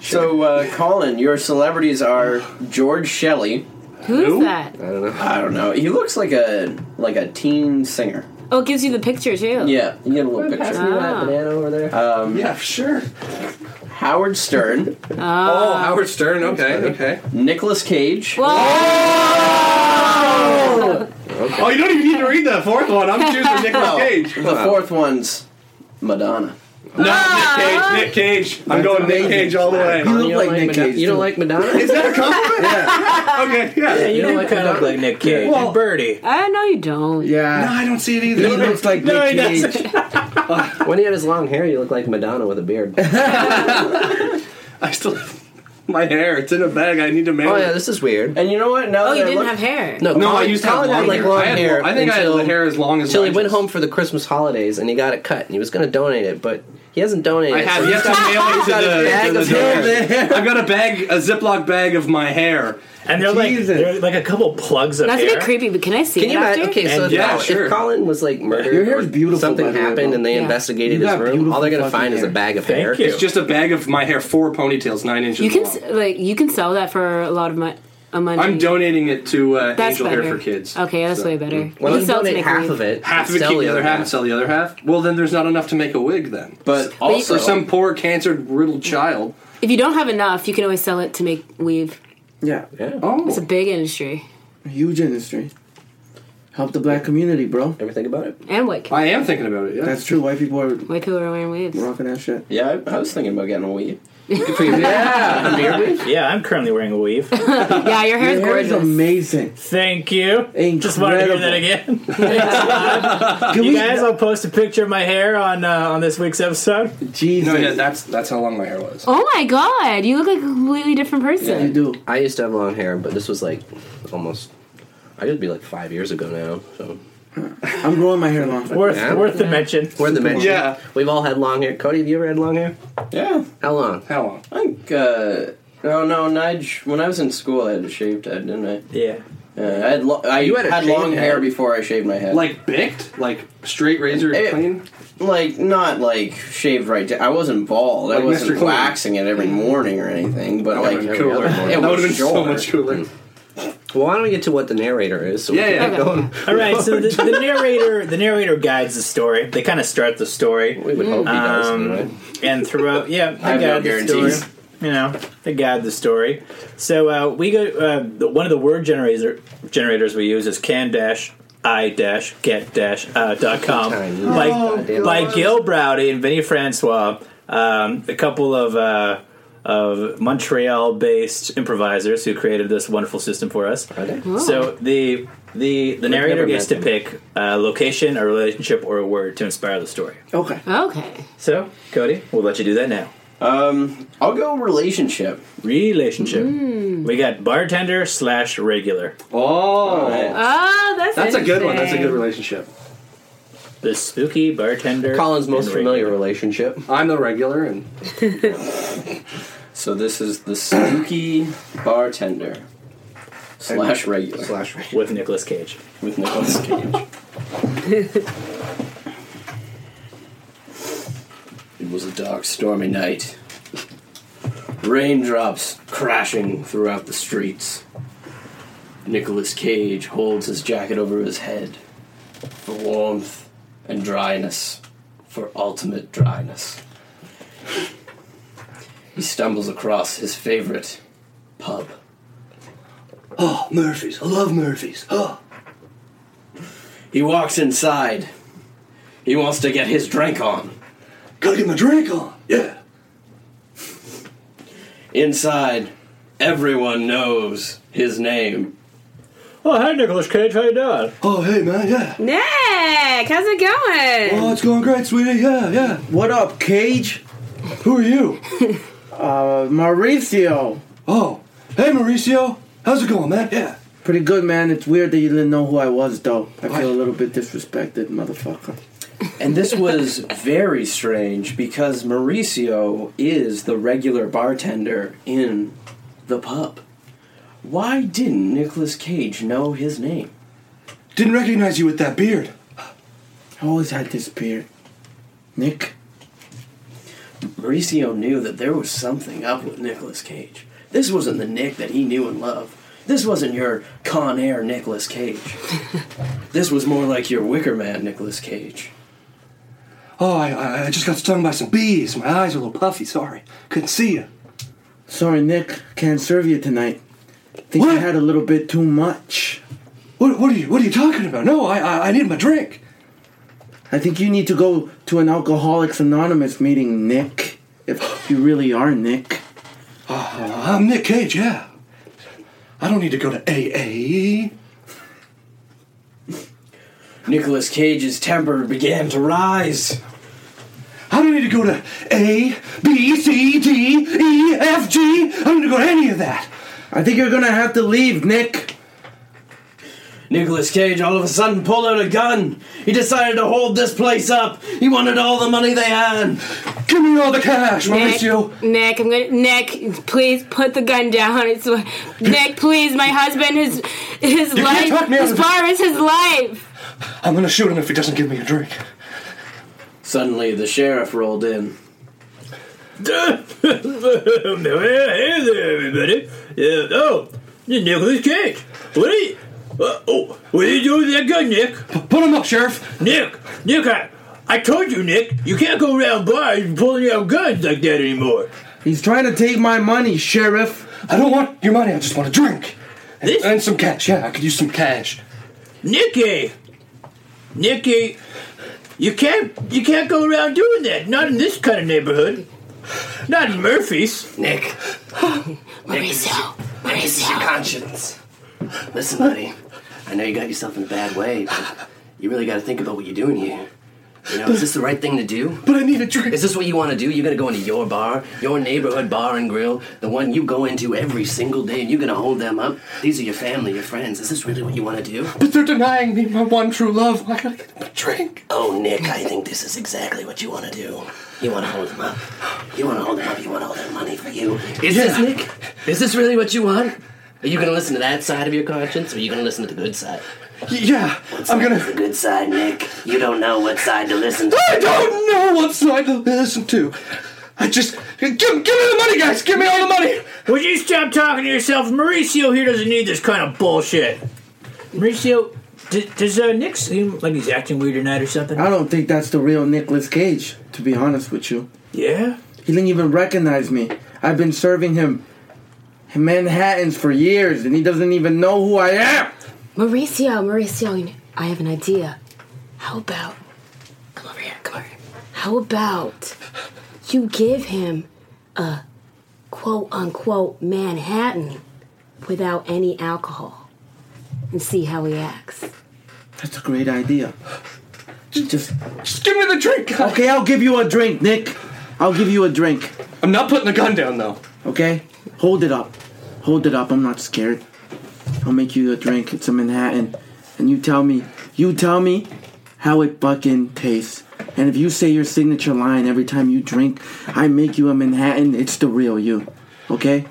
Speaker 4: so uh, Colin. Your celebrities are George Shelley.
Speaker 5: Who's that?
Speaker 1: I don't know.
Speaker 4: I don't know. He looks like a like a teen singer.
Speaker 5: Oh, it gives you the picture too.
Speaker 4: Yeah, you get a little picture.
Speaker 5: Ah.
Speaker 1: over there.
Speaker 2: [laughs] Yeah, sure.
Speaker 4: Howard Stern,
Speaker 2: Oh, Howard Stern. Okay, okay.
Speaker 4: Nicolas Cage.
Speaker 2: Oh, you don't even need to read the fourth one. I'm choosing [laughs] Nicolas
Speaker 4: Oh,
Speaker 2: Cage.
Speaker 4: The fourth one's Madonna.
Speaker 2: No, Nick Cage. Nick Cage. I'm going Nick
Speaker 6: amazing.
Speaker 2: Cage all the way.
Speaker 6: You
Speaker 1: You
Speaker 6: look
Speaker 1: don't
Speaker 6: like
Speaker 1: like
Speaker 6: Nick
Speaker 1: Madonna?
Speaker 6: Cage.
Speaker 1: You don't
Speaker 6: too.
Speaker 1: like Madonna?
Speaker 2: Is that a compliment? yeah. [laughs] Okay. Yeah.
Speaker 3: You,
Speaker 1: don't
Speaker 3: do
Speaker 1: like
Speaker 3: kind
Speaker 1: that?
Speaker 3: of look like Nick Cage.
Speaker 2: Well-
Speaker 3: Birdie.
Speaker 5: I know Uh, you don't.
Speaker 2: No,
Speaker 6: Yeah.
Speaker 2: I don't see it
Speaker 6: He
Speaker 2: either.
Speaker 6: looks like
Speaker 3: No,
Speaker 6: Nick
Speaker 3: he doesn't.
Speaker 6: Cage.
Speaker 1: when he had his long hair, you look like Madonna with a
Speaker 2: [laughs]
Speaker 1: beard. oh
Speaker 2: [laughs] I still my hair. It's in a bag. I need to mail.
Speaker 1: Oh, yeah, this is weird.
Speaker 4: And you know what? Now
Speaker 5: Oh,
Speaker 4: that
Speaker 5: you
Speaker 4: I
Speaker 5: didn't
Speaker 4: look-
Speaker 5: have hair.
Speaker 1: No,
Speaker 2: No,
Speaker 1: Colin-
Speaker 2: I used to have
Speaker 1: Colin
Speaker 2: long
Speaker 1: had like
Speaker 2: hair.
Speaker 1: long
Speaker 2: I, Oh, had,
Speaker 1: hair.
Speaker 2: I think I
Speaker 1: until,
Speaker 2: had hair as long as
Speaker 1: until he went
Speaker 2: Nigel's.
Speaker 1: home for the Christmas holidays and he got it cut and he was going to donate it, but he hasn't donated.
Speaker 2: I
Speaker 1: it,
Speaker 2: have
Speaker 1: so
Speaker 2: yet to mail
Speaker 1: a bag
Speaker 2: it to the,
Speaker 1: of
Speaker 2: to the
Speaker 1: hair
Speaker 2: hair. I've got a bag, a Ziploc bag of my hair.
Speaker 3: And they're like,
Speaker 6: Jesus.
Speaker 3: they're like a couple plugs of
Speaker 5: That's a
Speaker 3: hair.
Speaker 5: bit creepy, but can I see
Speaker 1: Can
Speaker 5: it
Speaker 1: you
Speaker 5: after?
Speaker 1: imagine? Okay, so
Speaker 3: And
Speaker 1: if,
Speaker 2: yeah,
Speaker 1: Colin-
Speaker 2: sure.
Speaker 1: if Colin was like murdered,
Speaker 6: Your hair's
Speaker 1: or
Speaker 6: beautiful,
Speaker 1: something
Speaker 6: by the way,
Speaker 1: happened, and they
Speaker 5: Yeah.
Speaker 1: investigated
Speaker 6: You
Speaker 1: his
Speaker 6: got
Speaker 1: room.
Speaker 6: beautiful
Speaker 1: All they're gonna
Speaker 6: fucking
Speaker 1: find is a
Speaker 6: hair.
Speaker 1: bag of
Speaker 3: Thank
Speaker 1: hair.
Speaker 3: you.
Speaker 2: It's just a bag of my hair, four ponytails, nine inches
Speaker 5: You can
Speaker 2: long.
Speaker 5: s- like you can sell that for a lot of mon- uh, money.
Speaker 2: I'm donating it to uh,
Speaker 5: That's
Speaker 2: Angel
Speaker 5: better.
Speaker 2: Hair for Kids.
Speaker 5: Okay, that's
Speaker 2: So-
Speaker 5: way better.
Speaker 1: Why
Speaker 5: You
Speaker 1: don't
Speaker 5: can
Speaker 1: you
Speaker 5: sell it to
Speaker 1: donate
Speaker 5: make
Speaker 1: half
Speaker 5: wig.
Speaker 1: of it?
Speaker 2: Half of it,
Speaker 1: sell
Speaker 2: keep the other half, and
Speaker 1: half.
Speaker 2: sell the other half. Well, then there's not enough to make a wig then.
Speaker 4: But
Speaker 5: But you-
Speaker 4: also,
Speaker 2: for some poor cancered riddled child.
Speaker 5: If you don't have enough, you can always sell it to make weave.
Speaker 6: Yeah.
Speaker 2: Oh,
Speaker 5: It's a big industry.
Speaker 6: Huge industry. Help the black community, bro.
Speaker 1: Ever think about it?
Speaker 5: And white
Speaker 2: I am thinking about it. Yeah.
Speaker 6: That's true. White people are
Speaker 5: white people are wearing waves.
Speaker 6: rocking that shit.
Speaker 4: yeah, I, I was thinking about getting a weave.
Speaker 1: yeah,
Speaker 3: yeah, I'm currently wearing a weave.
Speaker 5: Yeah,
Speaker 6: Your
Speaker 5: your hair's
Speaker 6: hair is
Speaker 5: gorgeous.
Speaker 6: amazing.
Speaker 3: Thank you.
Speaker 6: Incredible.
Speaker 3: Just wanted to hear that again.
Speaker 6: Can
Speaker 3: You
Speaker 6: we-
Speaker 3: guys, I'll post a picture of my hair on uh, on this week's episode.
Speaker 6: Jesus.
Speaker 2: No, yeah, that's that's how long my hair was.
Speaker 5: oh my god, you look like a completely different
Speaker 6: you
Speaker 5: person.
Speaker 6: do.
Speaker 1: I used to have long hair, but this was like almost. I could be like five years ago now. So
Speaker 6: I'm growing my hair long.
Speaker 3: Worth
Speaker 1: Yeah.
Speaker 3: worth the mention.
Speaker 1: where the mention?
Speaker 2: Yeah.
Speaker 1: we've all had long hair. Cody, have you ever had long hair?
Speaker 4: Yeah.
Speaker 1: How long?
Speaker 7: How long?
Speaker 4: I think, uh, no, no, Nige, when I was in school, I had a shaved head, didn't I?
Speaker 8: Yeah.
Speaker 4: Yeah, I had, lo- I
Speaker 6: You had a shaved
Speaker 4: long hair
Speaker 6: head?
Speaker 4: before I shaved my head.
Speaker 7: Like baked? Like straight razor
Speaker 4: Eh,
Speaker 7: clean?
Speaker 4: like not like shaved right down. I wasn't bald.
Speaker 7: Like
Speaker 4: I
Speaker 7: Mr.
Speaker 4: wasn't
Speaker 7: Clean.
Speaker 4: waxing it every morning or anything, but
Speaker 7: That
Speaker 4: like
Speaker 7: would've been
Speaker 4: every
Speaker 7: cooler.
Speaker 4: other morning.
Speaker 7: That
Speaker 4: It
Speaker 7: would have been
Speaker 4: was
Speaker 7: so
Speaker 4: short.
Speaker 7: much cooler.
Speaker 1: Well, why don't we get to what the narrator is? So we
Speaker 7: Yeah,
Speaker 1: can
Speaker 7: yeah.
Speaker 1: [laughs] keep going.
Speaker 8: All right, so the, the narrator the narrator guides the story. They kind of start the story,
Speaker 1: We would hope he does.
Speaker 8: Um,
Speaker 1: anyway.
Speaker 8: and throughout, yeah, they
Speaker 4: I have no
Speaker 8: guide the story.
Speaker 4: guarantees.
Speaker 8: You know, they guide the story. So uh, we go. Uh, the- one of the word generator generators we use is can dash i dash get dash uh, dot com
Speaker 1: Time.
Speaker 8: by
Speaker 1: Oh,
Speaker 8: by
Speaker 1: God.
Speaker 8: Gil Browdy and Vinnie Francois, um, a couple of. Uh, of Montreal-based improvisers who created this wonderful system for us.
Speaker 1: they?
Speaker 8: So the the the narrator
Speaker 1: never
Speaker 8: gets
Speaker 1: met
Speaker 8: to pick a location, a relationship, or a word to inspire the story.
Speaker 6: Okay.
Speaker 5: Okay.
Speaker 8: So, Cody, we'll let you do that now.
Speaker 4: Um, I'll go relationship.
Speaker 8: Relationship.
Speaker 1: Hmm.
Speaker 8: We got bartender slash regular.
Speaker 7: Oh.
Speaker 5: Oh, that's
Speaker 7: That's a good one. That's a good
Speaker 5: interesting.
Speaker 7: relationship.
Speaker 8: The spooky bartender.
Speaker 1: Colin's most
Speaker 8: and
Speaker 1: familiar
Speaker 8: regular.
Speaker 1: relationship.
Speaker 7: I'm the regular, and
Speaker 4: So this is the spooky
Speaker 7: [clears throat]
Speaker 4: bartender slash regular
Speaker 1: Slash right.
Speaker 8: with Nicolas Cage.
Speaker 4: with Nicolas Cage. it was a dark, stormy night. Raindrops crashing throughout the streets. Nicolas Cage holds his jacket over his head for warmth and dryness, for ultimate dryness. He stumbles across his favorite pub.
Speaker 7: oh, Murphy's. I love Murphy's. Oh.
Speaker 4: He walks inside. He wants to get his drink on.
Speaker 7: Gotta get my drink on. Yeah.
Speaker 4: Inside, everyone knows his name.
Speaker 8: Oh, hey, Nicolas Cage, how you doing? [laughs]
Speaker 7: Oh, hey, man. Yeah.
Speaker 5: Nick, how's it going?
Speaker 7: Oh, it's going great, sweetie. Yeah, yeah.
Speaker 6: What up, Cage?
Speaker 7: Who are you?
Speaker 6: Uh, Mauricio.
Speaker 7: Oh. Hey, Mauricio. How's it going, man? Yeah.
Speaker 6: Pretty good, man. It's weird that you didn't know who I was, though. I feel a little bit disrespected, motherfucker.
Speaker 4: And this was very strange because Mauricio is the regular bartender in the pub. Why didn't Nicolas Cage know his name?
Speaker 7: Didn't recognize you with that beard.
Speaker 6: I always had this beard. Nick?
Speaker 4: Mauricio knew that there was something up with Nicolas Cage. This wasn't the Nick that he knew and loved. This wasn't your Con Air Nicolas Cage. this was more like your Wicker Man Nicolas Cage.
Speaker 7: Oh, I- I, I just got stung by some bees. My eyes are a little puffy. Sorry. Couldn't see you.
Speaker 6: Sorry, Nick. Can't serve you tonight. Think you
Speaker 7: What?
Speaker 6: had a little bit too much.
Speaker 7: What, what are you What are you talking about? No, I I, I need my drink.
Speaker 6: I think you need to go to an Alcoholics Anonymous meeting, Nick. If you really are Nick.
Speaker 7: I'm Nick Cage. Yeah. I don't need to go to AA.
Speaker 4: Nicolas Cage's temper began to rise.
Speaker 7: I don't need to go to A, B, C, D, E, F, G. I don't need to go to any of that.
Speaker 6: I think you're gonna have to leave, Nick.
Speaker 4: Nicolas Cage all of a sudden pulled out a gun. He decided to hold this place up. He wanted all the money they had.
Speaker 7: Give me all the cash,
Speaker 5: Nick,
Speaker 7: Mauricio.
Speaker 5: Nick, I'm gonna. Nick, please put the gun down. It's Nick, please. My husband, his his
Speaker 7: You can't
Speaker 5: life.
Speaker 7: talk me out
Speaker 5: His
Speaker 7: of it.
Speaker 5: bar is his life.
Speaker 7: I'm gonna shoot him if he doesn't give me a drink.
Speaker 4: Suddenly, the sheriff rolled in.
Speaker 8: hey there, everybody. Yeah, oh, you Nicolas Cage. What are you? Uh, oh, what are you doing with that gun, Nick?
Speaker 7: Put him up, Sheriff.
Speaker 8: Nick, Nick, I, I told you, Nick, you can't go around bars and pulling out guns like that anymore.
Speaker 6: He's trying to take my money, Sheriff.
Speaker 7: I don't want your money. I just want a drink and,
Speaker 8: This-
Speaker 7: and some cash. Yeah, I could use some cash.
Speaker 8: Nicky, Nicky, you can't you can't go around doing that. Not in this kind of neighborhood. Not in Murphy's.
Speaker 4: Nick,
Speaker 5: Mauricio, Mauricio.
Speaker 4: conscience. Listen, buddy. I know you got yourself in a bad way, but you really got to think about what you're doing here.
Speaker 9: You know, is this the right thing to do?
Speaker 2: But I need a drink.
Speaker 9: Is this what you want to do? You're gonna go into your bar, your neighborhood bar and grill, the one you go into every single day, and you're gonna hold them up. These are your family, your friends. Is this really what you want to do?
Speaker 2: But they're denying me my one true love. I gotta get them a drink.
Speaker 9: Oh, Nick, I think this is exactly what you want to do. You want to hold them up. You want to hold them up. You want all that money for you. Is this, Nick? Is this really what you want? Are you gonna listen to that side of your conscience, or are you gonna listen to the good side?
Speaker 2: Y- yeah, I'm
Speaker 9: Sometimes
Speaker 2: gonna.
Speaker 9: the good side, Nick. You don't know what side to listen to.
Speaker 2: I don't know what side to listen to. I just give, give me the money, guys. Give me all the money.
Speaker 3: Would you stop talking to yourself? Mauricio here doesn't need this kind of bullshit. Mauricio, d- does uh, Nick seem like he's acting weird tonight or something?
Speaker 6: I don't think that's the real Nicolas Cage, to be honest with you.
Speaker 3: yeah.
Speaker 6: He didn't even recognize me. I've been serving him Manhattans for years, and he doesn't even know who I am.
Speaker 5: Mauricio, Mauricio, I have an idea. How about. Come over here, come over here. How about you give him a quote unquote Manhattan without any alcohol and see how he acts?
Speaker 6: That's a great idea. Just
Speaker 2: Just give me the drink.
Speaker 6: okay. I'll give you a drink, Nick. I'll give you a drink.
Speaker 2: I'm not putting the gun down though.
Speaker 6: Okay, hold it up. Hold it up. I'm not scared. I'll make you a drink. It's a Manhattan, and you tell me. You tell me how it fucking tastes. And if you say your signature line every time you drink, I make you a Manhattan. It's the real you. Okay?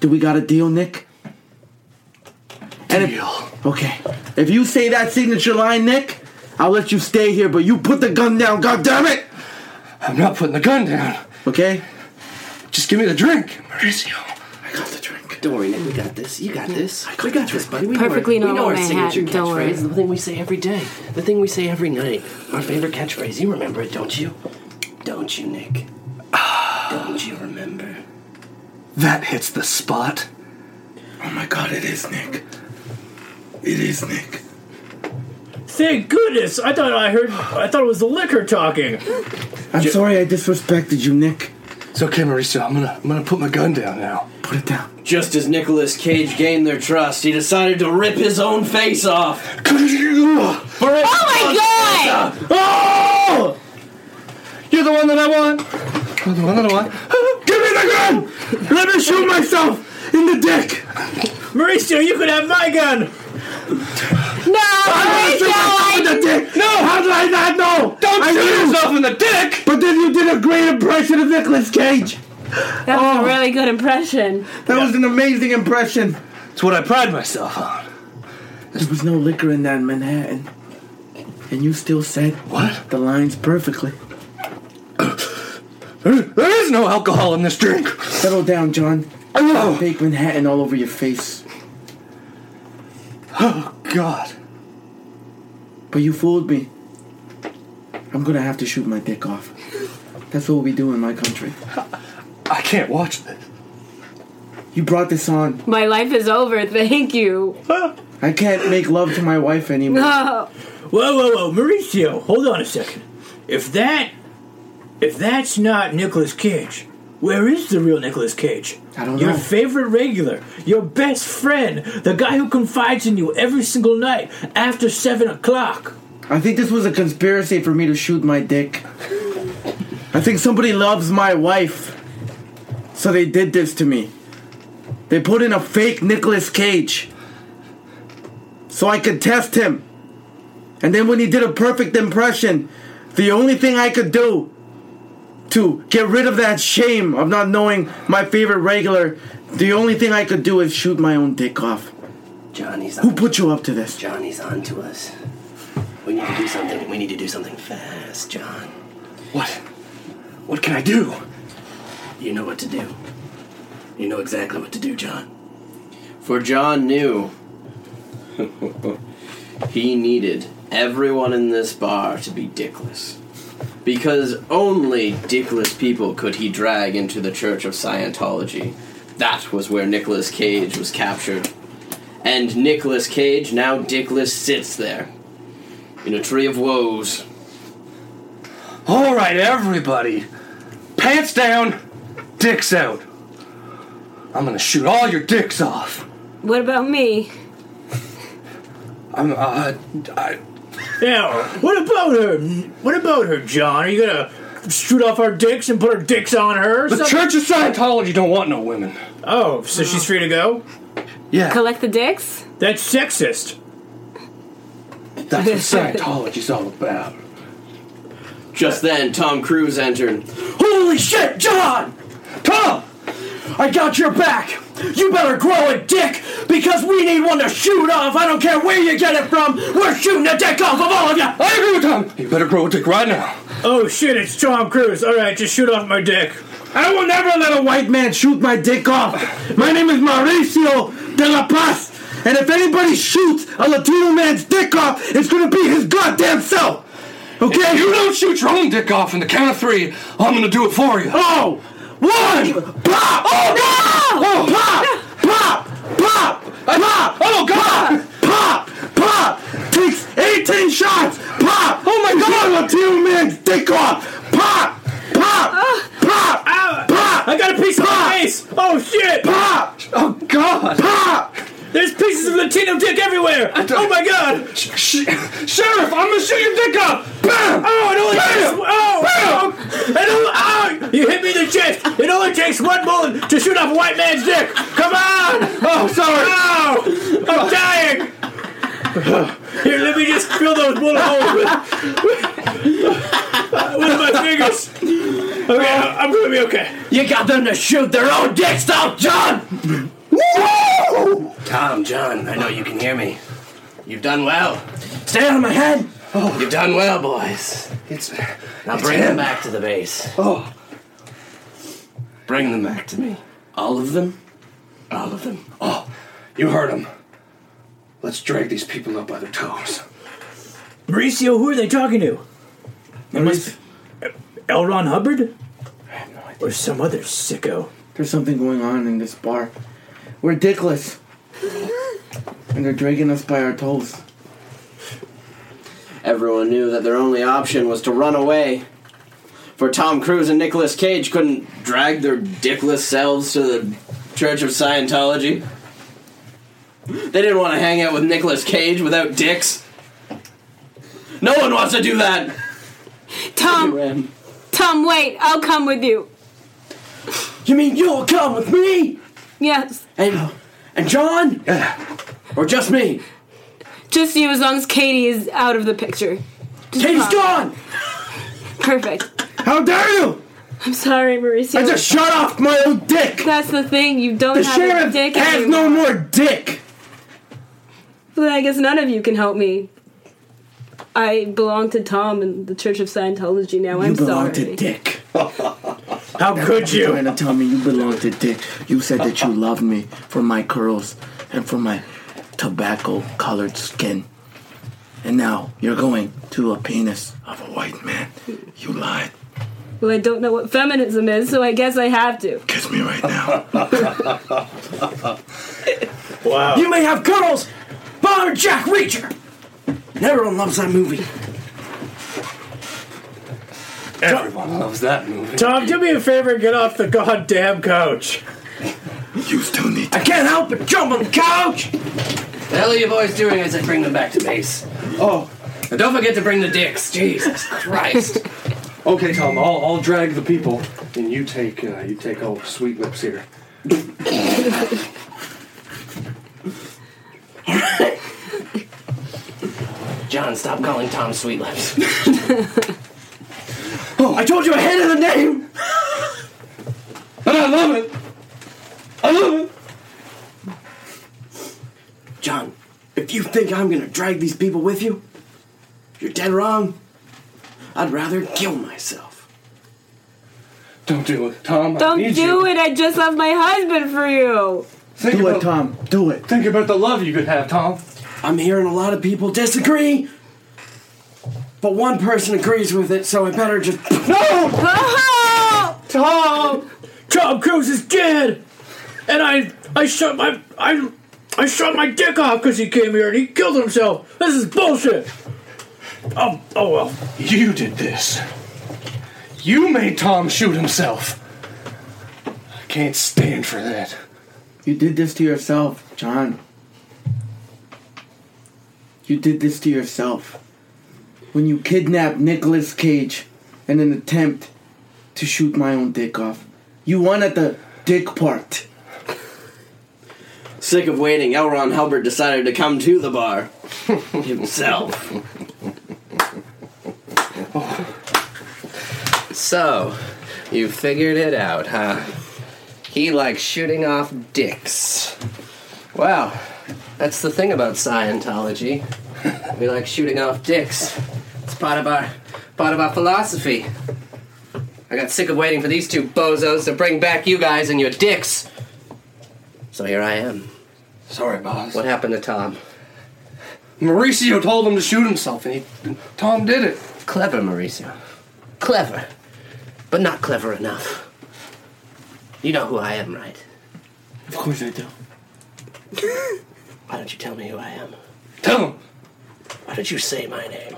Speaker 6: Do we got a deal, Nick? And if- okay. If you say that signature line, Nick, I'll let you stay here. But you put the gun down. God damn it.
Speaker 2: I'm not putting the gun down.
Speaker 6: Okay?
Speaker 2: Just give me the drink, Mauricio.
Speaker 6: I got the drink.
Speaker 9: Don't worry, Nick. We got this. You got this. We got this, buddy. We
Speaker 5: Perfectly
Speaker 9: know, our-
Speaker 5: normal
Speaker 9: we know our signature
Speaker 5: Manhattan, don't worry.
Speaker 9: catchphrase. The thing we say every day. The thing we say every night. Our favorite catchphrase. You remember it, don't you? Don't you, Nick? don't you remember?
Speaker 2: That hits the spot.
Speaker 6: Oh my god, it is Nick. It is Nick.
Speaker 3: Thank goodness. I thought I heard. I thought it was the liquor talking.
Speaker 6: I'm sorry I disrespected you, Nick.
Speaker 2: It's okay, Mauricio. I'm gonna I'm gonna put my gun down now.
Speaker 6: Put it down.
Speaker 4: Just as Nicolas Cage gained their trust, he decided to rip his own face off.
Speaker 2: You're
Speaker 5: Oh my god!
Speaker 2: the one that I want. You're the one that I want.
Speaker 6: Give me the gun! Let me shoot myself in the dick!
Speaker 3: Mauricio, you could have my gun.
Speaker 5: No!
Speaker 6: I
Speaker 4: [laughs]
Speaker 6: want to shoot myself in the dick! No! How did I not know?
Speaker 2: Don't
Speaker 6: I
Speaker 2: shoot
Speaker 6: knew.
Speaker 2: yourself in the dick.
Speaker 6: But then you did a great impression of Nicolas Cage!
Speaker 5: That's a really good impression.
Speaker 6: That was an amazing impression!
Speaker 2: It's what I pride myself on.
Speaker 6: There was no liquor in that Manhattan. And you still said
Speaker 2: What?
Speaker 6: the lines perfectly.
Speaker 2: There- there is no alcohol in this drink.
Speaker 6: Settle down, John.
Speaker 2: Oh.
Speaker 6: Fake Manhattan all over your face.
Speaker 2: Oh God.
Speaker 6: But you fooled me. I'm gonna have to shoot my dick off. That's what we do in my country.
Speaker 2: I can't watch this.
Speaker 6: You brought this on.
Speaker 5: My life is over, thank you. Uh,
Speaker 6: I can't make love to my wife anymore.
Speaker 5: No.
Speaker 3: Whoa, whoa, whoa, Mauricio, hold on a second. If that, if that's not Nicolas Cage, where is the real Nicolas Cage?
Speaker 6: I don't
Speaker 3: your
Speaker 6: know.
Speaker 3: favorite regular, your best friend, the guy who confides in you every single night after seven o'clock.
Speaker 6: I think this was a conspiracy for me to shoot my dick. I think somebody loves my wife. So they did this to me. They put in a fake Nicolas Cage. So I could test him. And then when he did a perfect impression, the only thing I could do to get rid of that shame of not knowing my favorite regular, the only thing I could do is shoot my own dick off.
Speaker 9: Johnny's
Speaker 6: Who
Speaker 9: on.
Speaker 6: put you up to this?
Speaker 9: Johnny's on to us. We need to do something. We need to do something fast, John.
Speaker 2: What? What can I do?
Speaker 9: You know what to do. You know exactly what to do, John.
Speaker 4: For John knew [laughs] he needed everyone in this bar to be dickless. Because only dickless people could he drag into the Church of Scientology. That was where Nicolas Cage was captured. And Nicolas Cage, now dickless, sits there in a tree of woes.
Speaker 2: All right, everybody. Pants down, dicks out. I'm gonna shoot all your dicks off.
Speaker 5: What about me?
Speaker 2: I'm. Uh, I.
Speaker 3: Now, what about her? What about her, John? Are you gonna shoot off our dicks and put our dicks on her? or
Speaker 2: The
Speaker 3: something?
Speaker 2: Church of Scientology don't want no women.
Speaker 3: oh, so she's free to go?
Speaker 2: Yeah,
Speaker 5: Collect the dicks?
Speaker 3: That's sexist.
Speaker 2: that's what [laughs] Scientology's all about.
Speaker 4: Just then, Tom Cruise entered. Holy shit, John! Tom! I got your back! You better grow a dick because we need one to shoot off! I don't care where you get it from! We're shooting a dick off of all of you!
Speaker 2: I agree with Tom. You better grow a dick right now.
Speaker 3: Oh shit! It's Tom Cruise. All right, just shoot off my dick.
Speaker 6: I will never let a white man shoot my dick off. My name is Mauricio de la Paz, and if anybody shoots a Latino man's dick off, it's gonna be his goddamn self.
Speaker 2: If
Speaker 6: Okay?
Speaker 2: you don't shoot your own dick off in the count of three, I'm gonna do it for you.
Speaker 6: Oh, one, pop! Oh no!
Speaker 2: Oh,
Speaker 6: pop! Pop! Pop! Pop! Oh god! Pop! Pop! Takes 18 shots! Pop! Oh my god! Latino man's dick off! Pop! Pop! Pop!
Speaker 3: Ow!
Speaker 6: Pop!
Speaker 3: I got a piece of
Speaker 6: Pop!
Speaker 3: my face. Oh shit!
Speaker 6: Pop!
Speaker 2: Oh God!
Speaker 6: Pop!
Speaker 3: There's pieces of Latino dick everywhere. Oh my god!
Speaker 2: Sh- sh- Sheriff, I'm gonna shoot your dick off. Bam!
Speaker 3: Oh, it only
Speaker 2: Bam!
Speaker 3: takes oh, it only, oh, you hit me in the chest. It only takes one bullet to shoot off a white man's dick. Come on!
Speaker 2: Oh, sorry.
Speaker 3: Oh, I'm dying. Here, let me just fill those bullet holes with, with my fingers. Okay, I'm gonna be okay.
Speaker 4: You got them to shoot their own dicks off, John!
Speaker 9: Tom, John, I know you can hear me. You've done well.
Speaker 4: Stay out of my head!
Speaker 9: You've done well, boys.
Speaker 2: It's
Speaker 9: Now bring them back to the base.
Speaker 2: oh.
Speaker 9: Bring them back to me.
Speaker 4: All of them?
Speaker 9: All of them.
Speaker 2: You heard him. Let's drag these people up by their toes.
Speaker 3: Mauricio, who are they talking to? It must be- L. Ron Hubbard? Or some other sicko.
Speaker 6: There's something going on in this bar. We're dickless. and they're dragging us by our toes.
Speaker 4: Everyone knew that their only option was to run away. For Tom Cruise and Nicolas Cage couldn't drag their dickless selves to the Church of Scientology. They didn't want to hang out with Nicolas Cage without dicks. No one wants to do that.
Speaker 5: Tom, Tom, wait, I'll come with you.
Speaker 4: You mean you'll come with me?
Speaker 5: Yes,
Speaker 4: And and John? Or just me?
Speaker 5: just you as long as Katie is out of the picture.
Speaker 4: Katie's gone.
Speaker 5: Perfect.
Speaker 6: How dare you!
Speaker 5: I'm sorry, Mauricio.
Speaker 6: I just shot off my own dick.
Speaker 5: That's the thing, you don't
Speaker 6: The
Speaker 5: have a
Speaker 6: sheriff
Speaker 5: dick
Speaker 6: has
Speaker 5: anymore.
Speaker 6: no more dick.
Speaker 5: Well, I guess none of you can help me. I belong to Tom and the Church of Scientology now. I'm
Speaker 6: you belong
Speaker 5: sorry.
Speaker 6: to dick.
Speaker 3: How could
Speaker 6: You're
Speaker 3: you?
Speaker 6: trying to tell me you belong to dick. You said that you loved me for my curls and for my tobacco-colored skin. And now you're going to a penis of a white man. You lied.
Speaker 5: Well, I don't know what feminism is, so I guess I have to.
Speaker 6: Kiss me right [laughs] now.
Speaker 3: Wow.
Speaker 4: You may have curls, but I'm Jack Reacher. And everyone loves that movie.
Speaker 2: Everyone loves that movie.
Speaker 3: Tom, do me a favor and get off the goddamn couch.
Speaker 6: You still need
Speaker 4: I can't help but jump on the couch.
Speaker 9: The hell are you boys doing? I said bring them back to base.
Speaker 2: Oh.
Speaker 9: And don't forget to bring the dicks. Jesus Christ.
Speaker 2: Okay, Tom. I'll, I'll drag the people, and you take uh, you take old sweet lips here.
Speaker 9: John, stop calling Tom Sweet Lips.
Speaker 4: Oh, I told you I hated the name.
Speaker 2: And I love it. I love it.
Speaker 4: John, if you think I'm gonna drag these people with you, you're dead wrong. I'd rather kill myself.
Speaker 2: Don't do it, Tom. I
Speaker 5: Don't
Speaker 2: need
Speaker 5: do
Speaker 2: you.
Speaker 5: it. I just left my husband for
Speaker 6: Oh.
Speaker 5: you.
Speaker 2: Think
Speaker 6: Do
Speaker 2: about
Speaker 6: it, Tom. Do it.
Speaker 2: Think about the love you could have, Tom.
Speaker 4: I'm hearing a lot of people disagree, but one person agrees with it, so I better just.
Speaker 2: No,
Speaker 5: Oh!
Speaker 2: Tom.
Speaker 3: Tom Cruise is dead! And I I shut my I I shot my dick off because he came here and he killed himself. This is bullshit! Oh oh well.
Speaker 2: You did this. You made Tom shoot himself. I can't stand for that.
Speaker 6: You did this to yourself, John. You did this to yourself. when you kidnap Nicolas Cage in an attempt to shoot my own dick off. You won at the dick part.
Speaker 4: Sick of waiting, Elron Hubbard decided to come to the bar himself.
Speaker 9: So, you figured it out, huh? He likes shooting off dicks. Wow, that's the thing about Scientology. [laughs] We like shooting off dicks. It's part of our part of our philosophy. I got sick of waiting for these two bozos to bring back you guys and your dicks. So here I am.
Speaker 7: Sorry, boss.
Speaker 9: What happened to Tom?
Speaker 7: Mauricio told him to shoot himself, and he, Tom did it.
Speaker 9: Clever, Mauricio. Clever. But not clever enough. You know who I am, right?
Speaker 6: Of course I do.
Speaker 9: Why don't you tell me who I am?
Speaker 7: Tell him.
Speaker 9: Why don't you say my
Speaker 2: [laughs]
Speaker 9: name?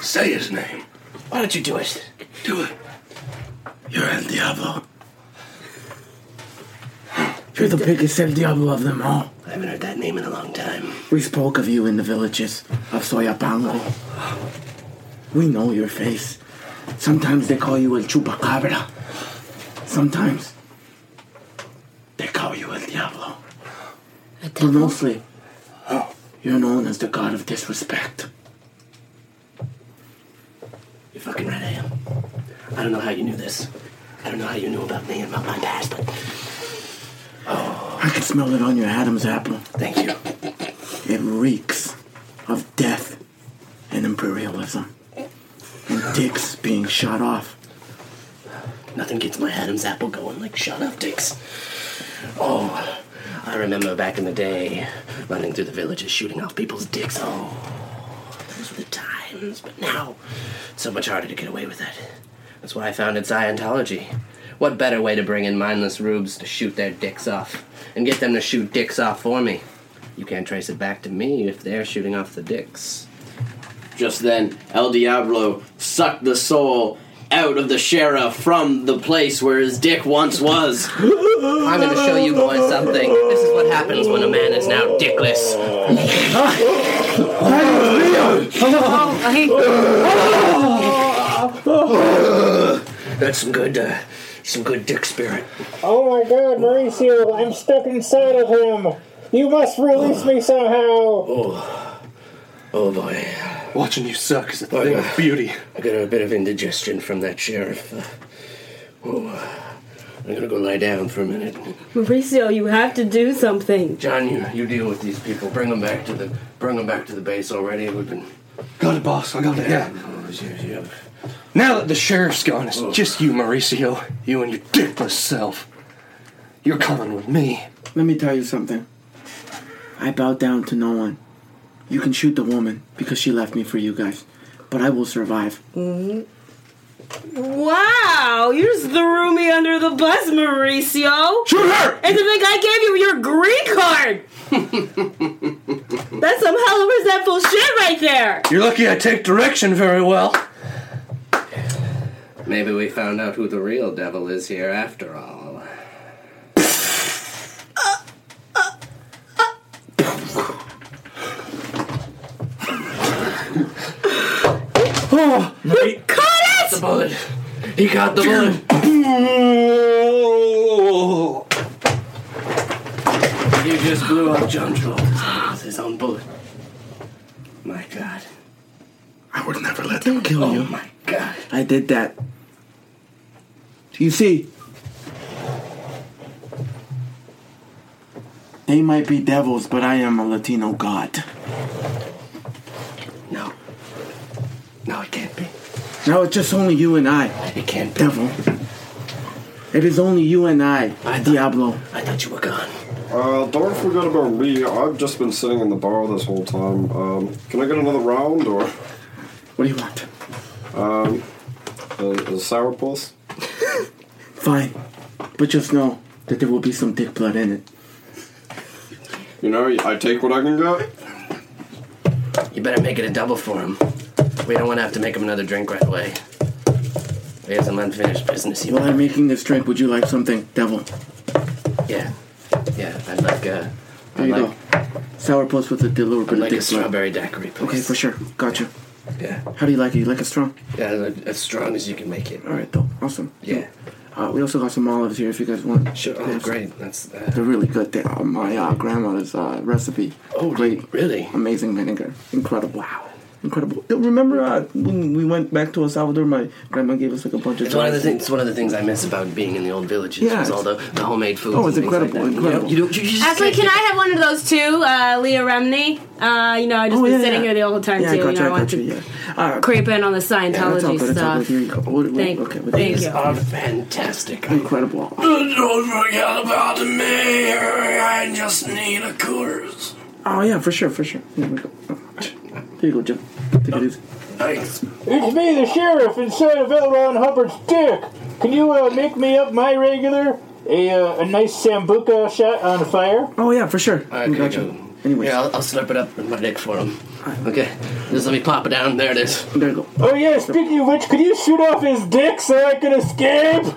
Speaker 7: Say his name.
Speaker 9: Why don't you do it?
Speaker 7: Do it.
Speaker 9: You're El Diablo.
Speaker 6: You're the biggest El Diablo of them all.
Speaker 9: I haven't heard that name in a long time.
Speaker 6: We spoke of you in the villages of Soyapango. We know your face. Sometimes they call you El Chupacabra. Sometimes they call you El Diablo. But mostly, oh, you're known as the god of disrespect.
Speaker 9: You're fucking right, I am. I don't know how you knew this. I don't know how you knew about me and about my past, but
Speaker 6: I can smell it on your Adam's apple.
Speaker 9: thank you.
Speaker 6: It reeks of death and imperialism. And dicks being shot off.
Speaker 9: Nothing gets my Adam's apple going like shut up dicks. Oh, I remember back in the day running through the villages shooting off people's dicks. Oh, those were the times. But now, it's so much harder to get away with it. That's why I founded Scientology. What better way to bring in mindless rubes to shoot their dicks off and get them to shoot dicks off for me? You can't trace it back to me if they're shooting off the dicks.
Speaker 4: Just then, El Diablo sucked the soul out of the sheriff from the place where his dick once was.
Speaker 9: I'm gonna show you boys something. This is what happens when a man is now dickless.
Speaker 10: Oh, okay.
Speaker 9: That's some good, uh, some good dick spirit.
Speaker 3: Oh my god, Mauricio, I'm stuck inside of him. You must release me somehow.
Speaker 9: Oh boy.
Speaker 7: Watching you suck is a thing of beauty.
Speaker 9: I got a bit of indigestion from that sheriff. Uh, oh, uh, I'm gonna go lie down for a minute.
Speaker 10: Mauricio, you have to do something.
Speaker 9: John, you, you deal with these people. Bring them back to the bring them back to the base already. We've been
Speaker 7: Got it, boss. I got it. Yeah.
Speaker 9: oh, you- you have-
Speaker 7: Now that the sheriff's gone, it's just you, Mauricio. You and your dickless self. You're coming with me.
Speaker 6: Let me tell you something. I bow down to no one. You can shoot the woman because she left me for you guys, but I will survive.
Speaker 10: Wow, you just threw me under the bus, Mauricio.
Speaker 7: Shoot her!
Speaker 10: And to think I gave you your green card.
Speaker 6: [laughs]
Speaker 10: That's some hella resentful shit right there.
Speaker 7: You're lucky I take direction very well.
Speaker 9: Maybe we found out who the real devil is here after all.
Speaker 7: Oh,
Speaker 10: Caught it!
Speaker 9: The bullet. He caught [laughs] the bullet.
Speaker 7: Oh.
Speaker 9: You just blew up John Travolta
Speaker 7: Ah,
Speaker 9: with his own bullet. My God.
Speaker 6: I would never let them kill
Speaker 9: Oh
Speaker 6: you.
Speaker 9: my God.
Speaker 6: I did that. You see, they might be devils, but I am a Latino god.
Speaker 9: No. No, it can't be.
Speaker 6: Now it's just only you and I,
Speaker 9: It can't be.
Speaker 6: devil. It is only you and I, Diablo.
Speaker 9: I thought you were gone.
Speaker 1: Uh, don't forget about me. I've just been sitting in the bar this whole time. Um, can I get another round or
Speaker 6: What do you want?
Speaker 1: a, a sour pulse?
Speaker 6: Fine, but just know that there will be some dick blood in it.
Speaker 1: You know, I take what I can get.
Speaker 9: You better make it a double for him. We don't want to have to make him another drink right away. We have some unfinished business. You
Speaker 6: While I'm making this drink, would you like something, devil?
Speaker 9: Yeah. Yeah, I'd like a.
Speaker 6: There you
Speaker 9: I'd
Speaker 6: go.
Speaker 9: like,
Speaker 6: Sour puss with a little
Speaker 9: I'd
Speaker 6: bit of
Speaker 9: like
Speaker 6: dick
Speaker 9: a
Speaker 6: blood.
Speaker 9: strawberry daiquiri, please.
Speaker 6: Okay, for sure. Gotcha.
Speaker 1: Yeah.
Speaker 6: How do you like it? You like it strong?
Speaker 1: Yeah, as- as strong as you can make it.
Speaker 6: All right, though. Awesome.
Speaker 1: Yeah.
Speaker 6: Uh, we also got some olives here if you guys want.
Speaker 1: Sure.
Speaker 6: They
Speaker 1: Oh,
Speaker 6: have some-
Speaker 1: great. That's uh,
Speaker 6: They're really good. They are my uh, grandmother's uh, recipe.
Speaker 1: Oh,
Speaker 6: great!
Speaker 1: really?
Speaker 6: Amazing vinegar. Incredible. Wow. Incredible. Yo, Remember uh, when we went back to El Salvador? My grandma gave us like a bunch of.
Speaker 9: It's one of the
Speaker 6: jars.
Speaker 9: things. It's one of the things I miss about being in the old villages.
Speaker 6: Yeah,
Speaker 9: was all the, the homemade food.
Speaker 6: Oh, it's
Speaker 9: and things
Speaker 6: incredible,
Speaker 9: Like that.
Speaker 6: incredible.
Speaker 9: You know, you don't- you just
Speaker 5: Actually,
Speaker 9: can't
Speaker 5: can I have one of those too, uh, Leah Remney? Uh, you know, I just
Speaker 6: Oh,
Speaker 5: been
Speaker 6: yeah,
Speaker 5: sitting
Speaker 6: yeah.
Speaker 5: here the whole time
Speaker 6: Yeah,
Speaker 5: too.
Speaker 6: I got you.
Speaker 5: you know,
Speaker 6: I
Speaker 5: I
Speaker 6: got
Speaker 5: want
Speaker 6: you.
Speaker 5: to
Speaker 6: Yeah. Uh,
Speaker 5: creep in on the Scientology
Speaker 6: yeah, it's all good. It's all
Speaker 5: stuff.
Speaker 6: good. Here you go. What- what-
Speaker 5: Thank-
Speaker 6: okay, what-
Speaker 5: thank you.
Speaker 9: are fantastic.
Speaker 1: Mm.
Speaker 6: Incredible.
Speaker 9: Don't forget about me. I just need a course.
Speaker 6: Oh yeah, for sure, for sure. Here we go. Oh, Here you go, Jim. Take it easy.
Speaker 9: Thanks.
Speaker 8: It's me, the sheriff, inside of L. Ron Hubbard's dick. Can you uh, make me up my regular? A, uh, a nice sambuca shot on fire?
Speaker 6: Oh yeah, for sure.
Speaker 9: All right,
Speaker 6: We
Speaker 9: here
Speaker 6: got
Speaker 9: we go.
Speaker 6: you. Anyways,
Speaker 9: Here, I'll, I'll slurp it up in my dick for him. Okay, just let me pop it down. There it is.
Speaker 6: there you go.
Speaker 8: Oh, yeah, speaking of which, could you shoot off his dick so I can escape?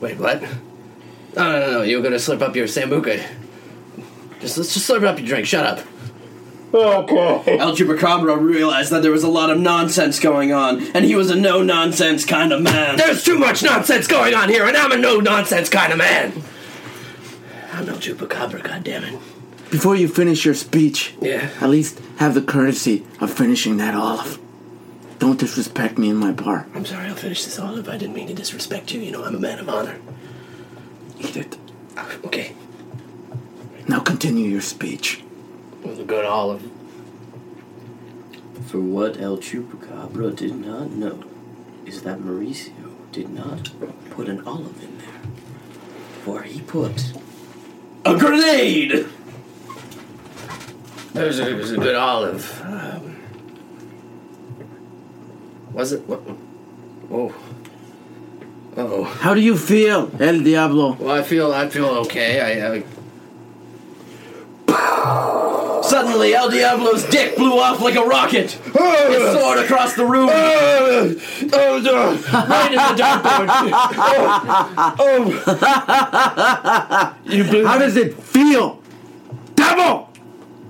Speaker 9: Wait, what? No, no, no, no. You were gonna slurp up your sambuca. Just let's just slurp up your drink. Shut up.
Speaker 8: Okay.
Speaker 4: El Chupacabra realized that there was a lot of nonsense going on, and he was a no nonsense kind of man.
Speaker 9: There's too much nonsense going on here, and I'm a no nonsense kind of man. I'm no chupacabra, goddammit.
Speaker 6: Before you finish your speech,
Speaker 9: Yeah.
Speaker 6: at least have the courtesy of finishing that olive. Don't disrespect me in my bar.
Speaker 9: I'm sorry, I'll finish this olive. I didn't mean to disrespect you. You know, I'm a man of honor.
Speaker 6: Eat it.
Speaker 9: Okay.
Speaker 6: Now continue your speech.
Speaker 9: It was a good olive.
Speaker 4: For what El Chupacabra did not know is that Mauricio did not put an olive in there, for he put a grenade.
Speaker 9: It was a, it was a good olive. Um, was it? What? Oh. Oh.
Speaker 6: How do you feel, El Diablo?
Speaker 9: Well, I feel I feel okay. I, [coughs] I
Speaker 4: Suddenly, El Diablo's dick blew off like a rocket. It soared across
Speaker 3: [laughs]
Speaker 4: the room. Right in the dartboard.
Speaker 6: How does it feel? Devil!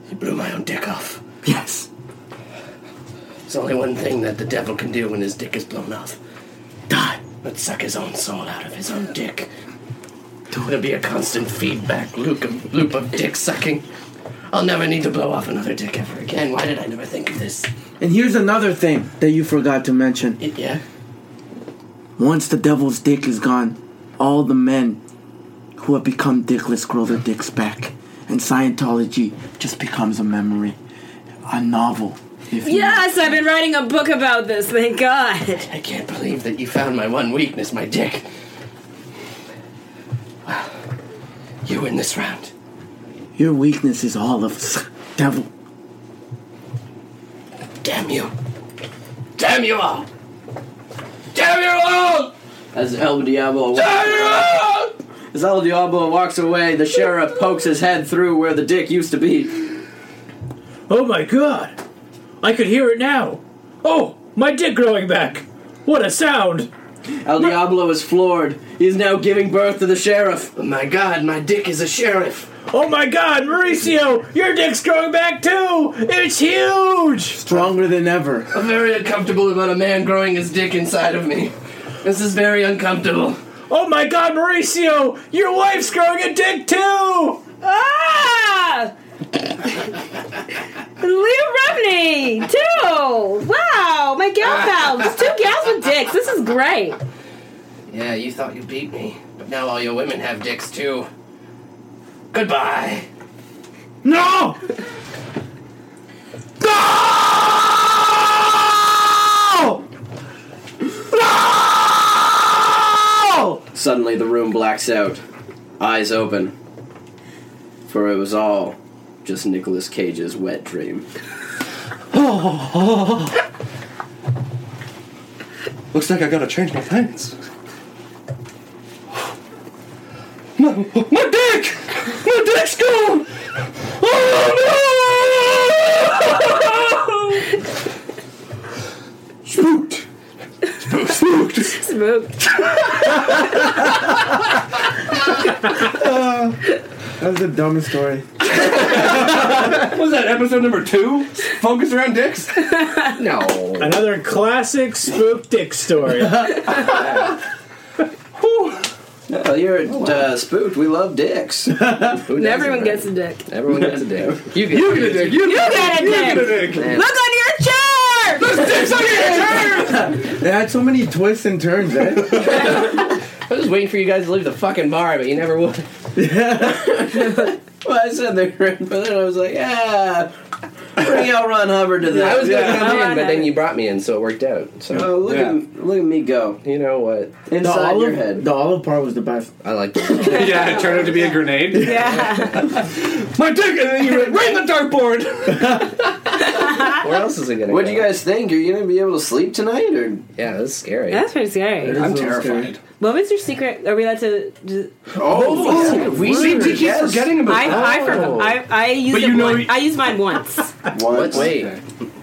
Speaker 9: he blew my own dick off.
Speaker 6: Yes.
Speaker 9: It's only one thing that the devil can do when his dick is blown off. Die. But suck his own soul out of his own dick. It'll be a constant feedback loop of, loop of dick sucking. I'll never need to blow off another dick ever again. Why did I never think of this?
Speaker 6: And here's another thing that you forgot to mention.
Speaker 9: Y- yeah?
Speaker 6: Once the devil's dick is gone, all the men who have become dickless grow their dicks back. And Scientology just becomes a memory, a novel. If you
Speaker 5: Yes, I've been writing a book about this. Thank God.
Speaker 9: I can't believe that you found my one weakness, my dick. Well, you win this round.
Speaker 6: Your weakness is all of us. Devil.
Speaker 9: Damn you. Damn you all. Damn you all!
Speaker 4: As El Diablo
Speaker 9: Damn you all!
Speaker 4: as El Diablo walks away, the sheriff pokes his head through where the dick used to be.
Speaker 3: Oh my god! I could hear it now! Oh! My dick growing back! What a sound!
Speaker 4: El Diablo is floored. He's now giving birth to the sheriff.
Speaker 9: Oh my god, my dick is a sheriff.
Speaker 3: Oh my god, Mauricio! Your dick's growing back too! It's huge!
Speaker 6: Stronger than ever.
Speaker 9: I'm very uncomfortable about a man growing his dick inside of me. This is very uncomfortable.
Speaker 3: Oh my god, Mauricio! Your wife's growing a dick too!
Speaker 5: [laughs] Ah! Leah Remney, too. Wow, my gal pals, two gals with dicks. This is great.
Speaker 9: Yeah, you thought you beat me, but now all your women have dicks too. Goodbye.
Speaker 3: No! No! No!
Speaker 4: Suddenly, the room blacks out. Eyes open. For it was all just Nicolas Cage's wet dream.
Speaker 2: Looks like I gotta change my
Speaker 7: [laughs]
Speaker 2: pants. No, my dick! My dick's gone! Oh no! Spooked. Spooked. Spooked.
Speaker 5: Smoke.
Speaker 6: That was the dumbest story.
Speaker 2: What was that episode number two? Focus around dicks.
Speaker 1: No.
Speaker 8: Another classic spook dick
Speaker 2: [laughs]
Speaker 8: story.
Speaker 4: Well, you're uh, spooked. We love [laughs] dicks.
Speaker 1: Who
Speaker 5: And
Speaker 1: doesn't,
Speaker 5: everyone
Speaker 1: right?
Speaker 5: gets a dick.
Speaker 1: Everyone gets a dick. You get a dick.
Speaker 2: You
Speaker 3: get a dick.
Speaker 1: Man.
Speaker 5: Look on your chair!
Speaker 6: They had so many twists and turns, [laughs] eh?
Speaker 1: I was just waiting for you guys to leave the fucking bar, but you never
Speaker 4: [laughs]
Speaker 1: would.
Speaker 4: well, I said they were in, but then I was like, yeah, bring out Ron Hubbard to
Speaker 1: I
Speaker 4: that.
Speaker 1: was going to come
Speaker 5: Yeah.
Speaker 1: in, but then you brought me in, so it worked out. So
Speaker 4: Oh, look at look at me go
Speaker 1: you know what?
Speaker 6: The
Speaker 4: inside
Speaker 6: olive,
Speaker 4: your head.
Speaker 6: the olive part was the best.
Speaker 1: I like
Speaker 4: [laughs]
Speaker 1: it.
Speaker 2: yeah, it turned out to be
Speaker 8: [laughs]
Speaker 2: a grenade.
Speaker 5: [laughs] Yeah.
Speaker 2: My dick, and then you went right in the dartboard.
Speaker 1: Where else is it going to go?
Speaker 4: What do you guys think? Are you gonna be able to sleep tonight, or
Speaker 1: Yeah, that's scary.
Speaker 5: That's pretty scary.
Speaker 4: I'm terrified?
Speaker 5: What was your secret? Are we allowed to? d-
Speaker 4: Oh,
Speaker 2: We seem to keep
Speaker 4: Yes.
Speaker 2: forgetting about.
Speaker 5: I I forgot. I I used
Speaker 2: But
Speaker 5: it
Speaker 2: you know
Speaker 5: one-
Speaker 2: you-
Speaker 5: I used mine once.
Speaker 1: Once. Wait.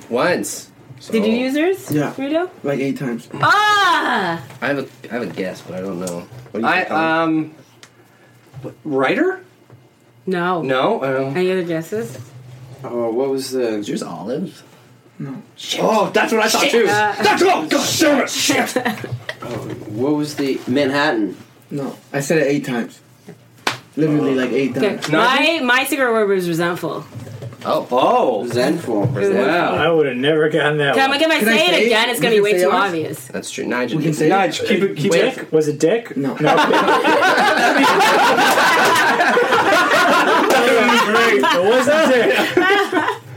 Speaker 1: Once.
Speaker 5: Did you use yours?
Speaker 6: Yeah.
Speaker 5: Rito?
Speaker 6: Like eight times.
Speaker 5: Ah.
Speaker 1: I have a I have a guess, but I don't know. What do you
Speaker 2: I
Speaker 1: think,
Speaker 4: uh,
Speaker 1: Colin?
Speaker 2: um. Writer?
Speaker 5: No.
Speaker 2: No. Uh,
Speaker 5: Any other guesses?
Speaker 4: oh, what was the?
Speaker 1: Is yours olives?
Speaker 2: oh, that's what I thought too.
Speaker 5: Uh,
Speaker 2: that's oh, god damn it! Shit.
Speaker 4: Oh, What was the Manhattan?
Speaker 6: No, I said it eight times. Literally like eight
Speaker 5: Okay.
Speaker 6: times.
Speaker 5: My my secret word was resentful.
Speaker 2: Oh,
Speaker 4: Zenful.
Speaker 2: wow.
Speaker 8: I would have never gotten that
Speaker 5: Can I,
Speaker 8: one.
Speaker 5: if I
Speaker 6: Can I
Speaker 5: say,
Speaker 6: say
Speaker 5: it
Speaker 6: it?
Speaker 5: again, it's
Speaker 6: We
Speaker 5: gonna be
Speaker 6: can
Speaker 5: way
Speaker 6: say
Speaker 5: too
Speaker 6: ours?
Speaker 5: obvious.
Speaker 1: That's true. Nigel.
Speaker 6: We can say
Speaker 2: Nige,
Speaker 6: it.
Speaker 2: keep it, keep it.
Speaker 8: Was it dick?
Speaker 6: No.
Speaker 8: [laughs] Great. It wasn't dick.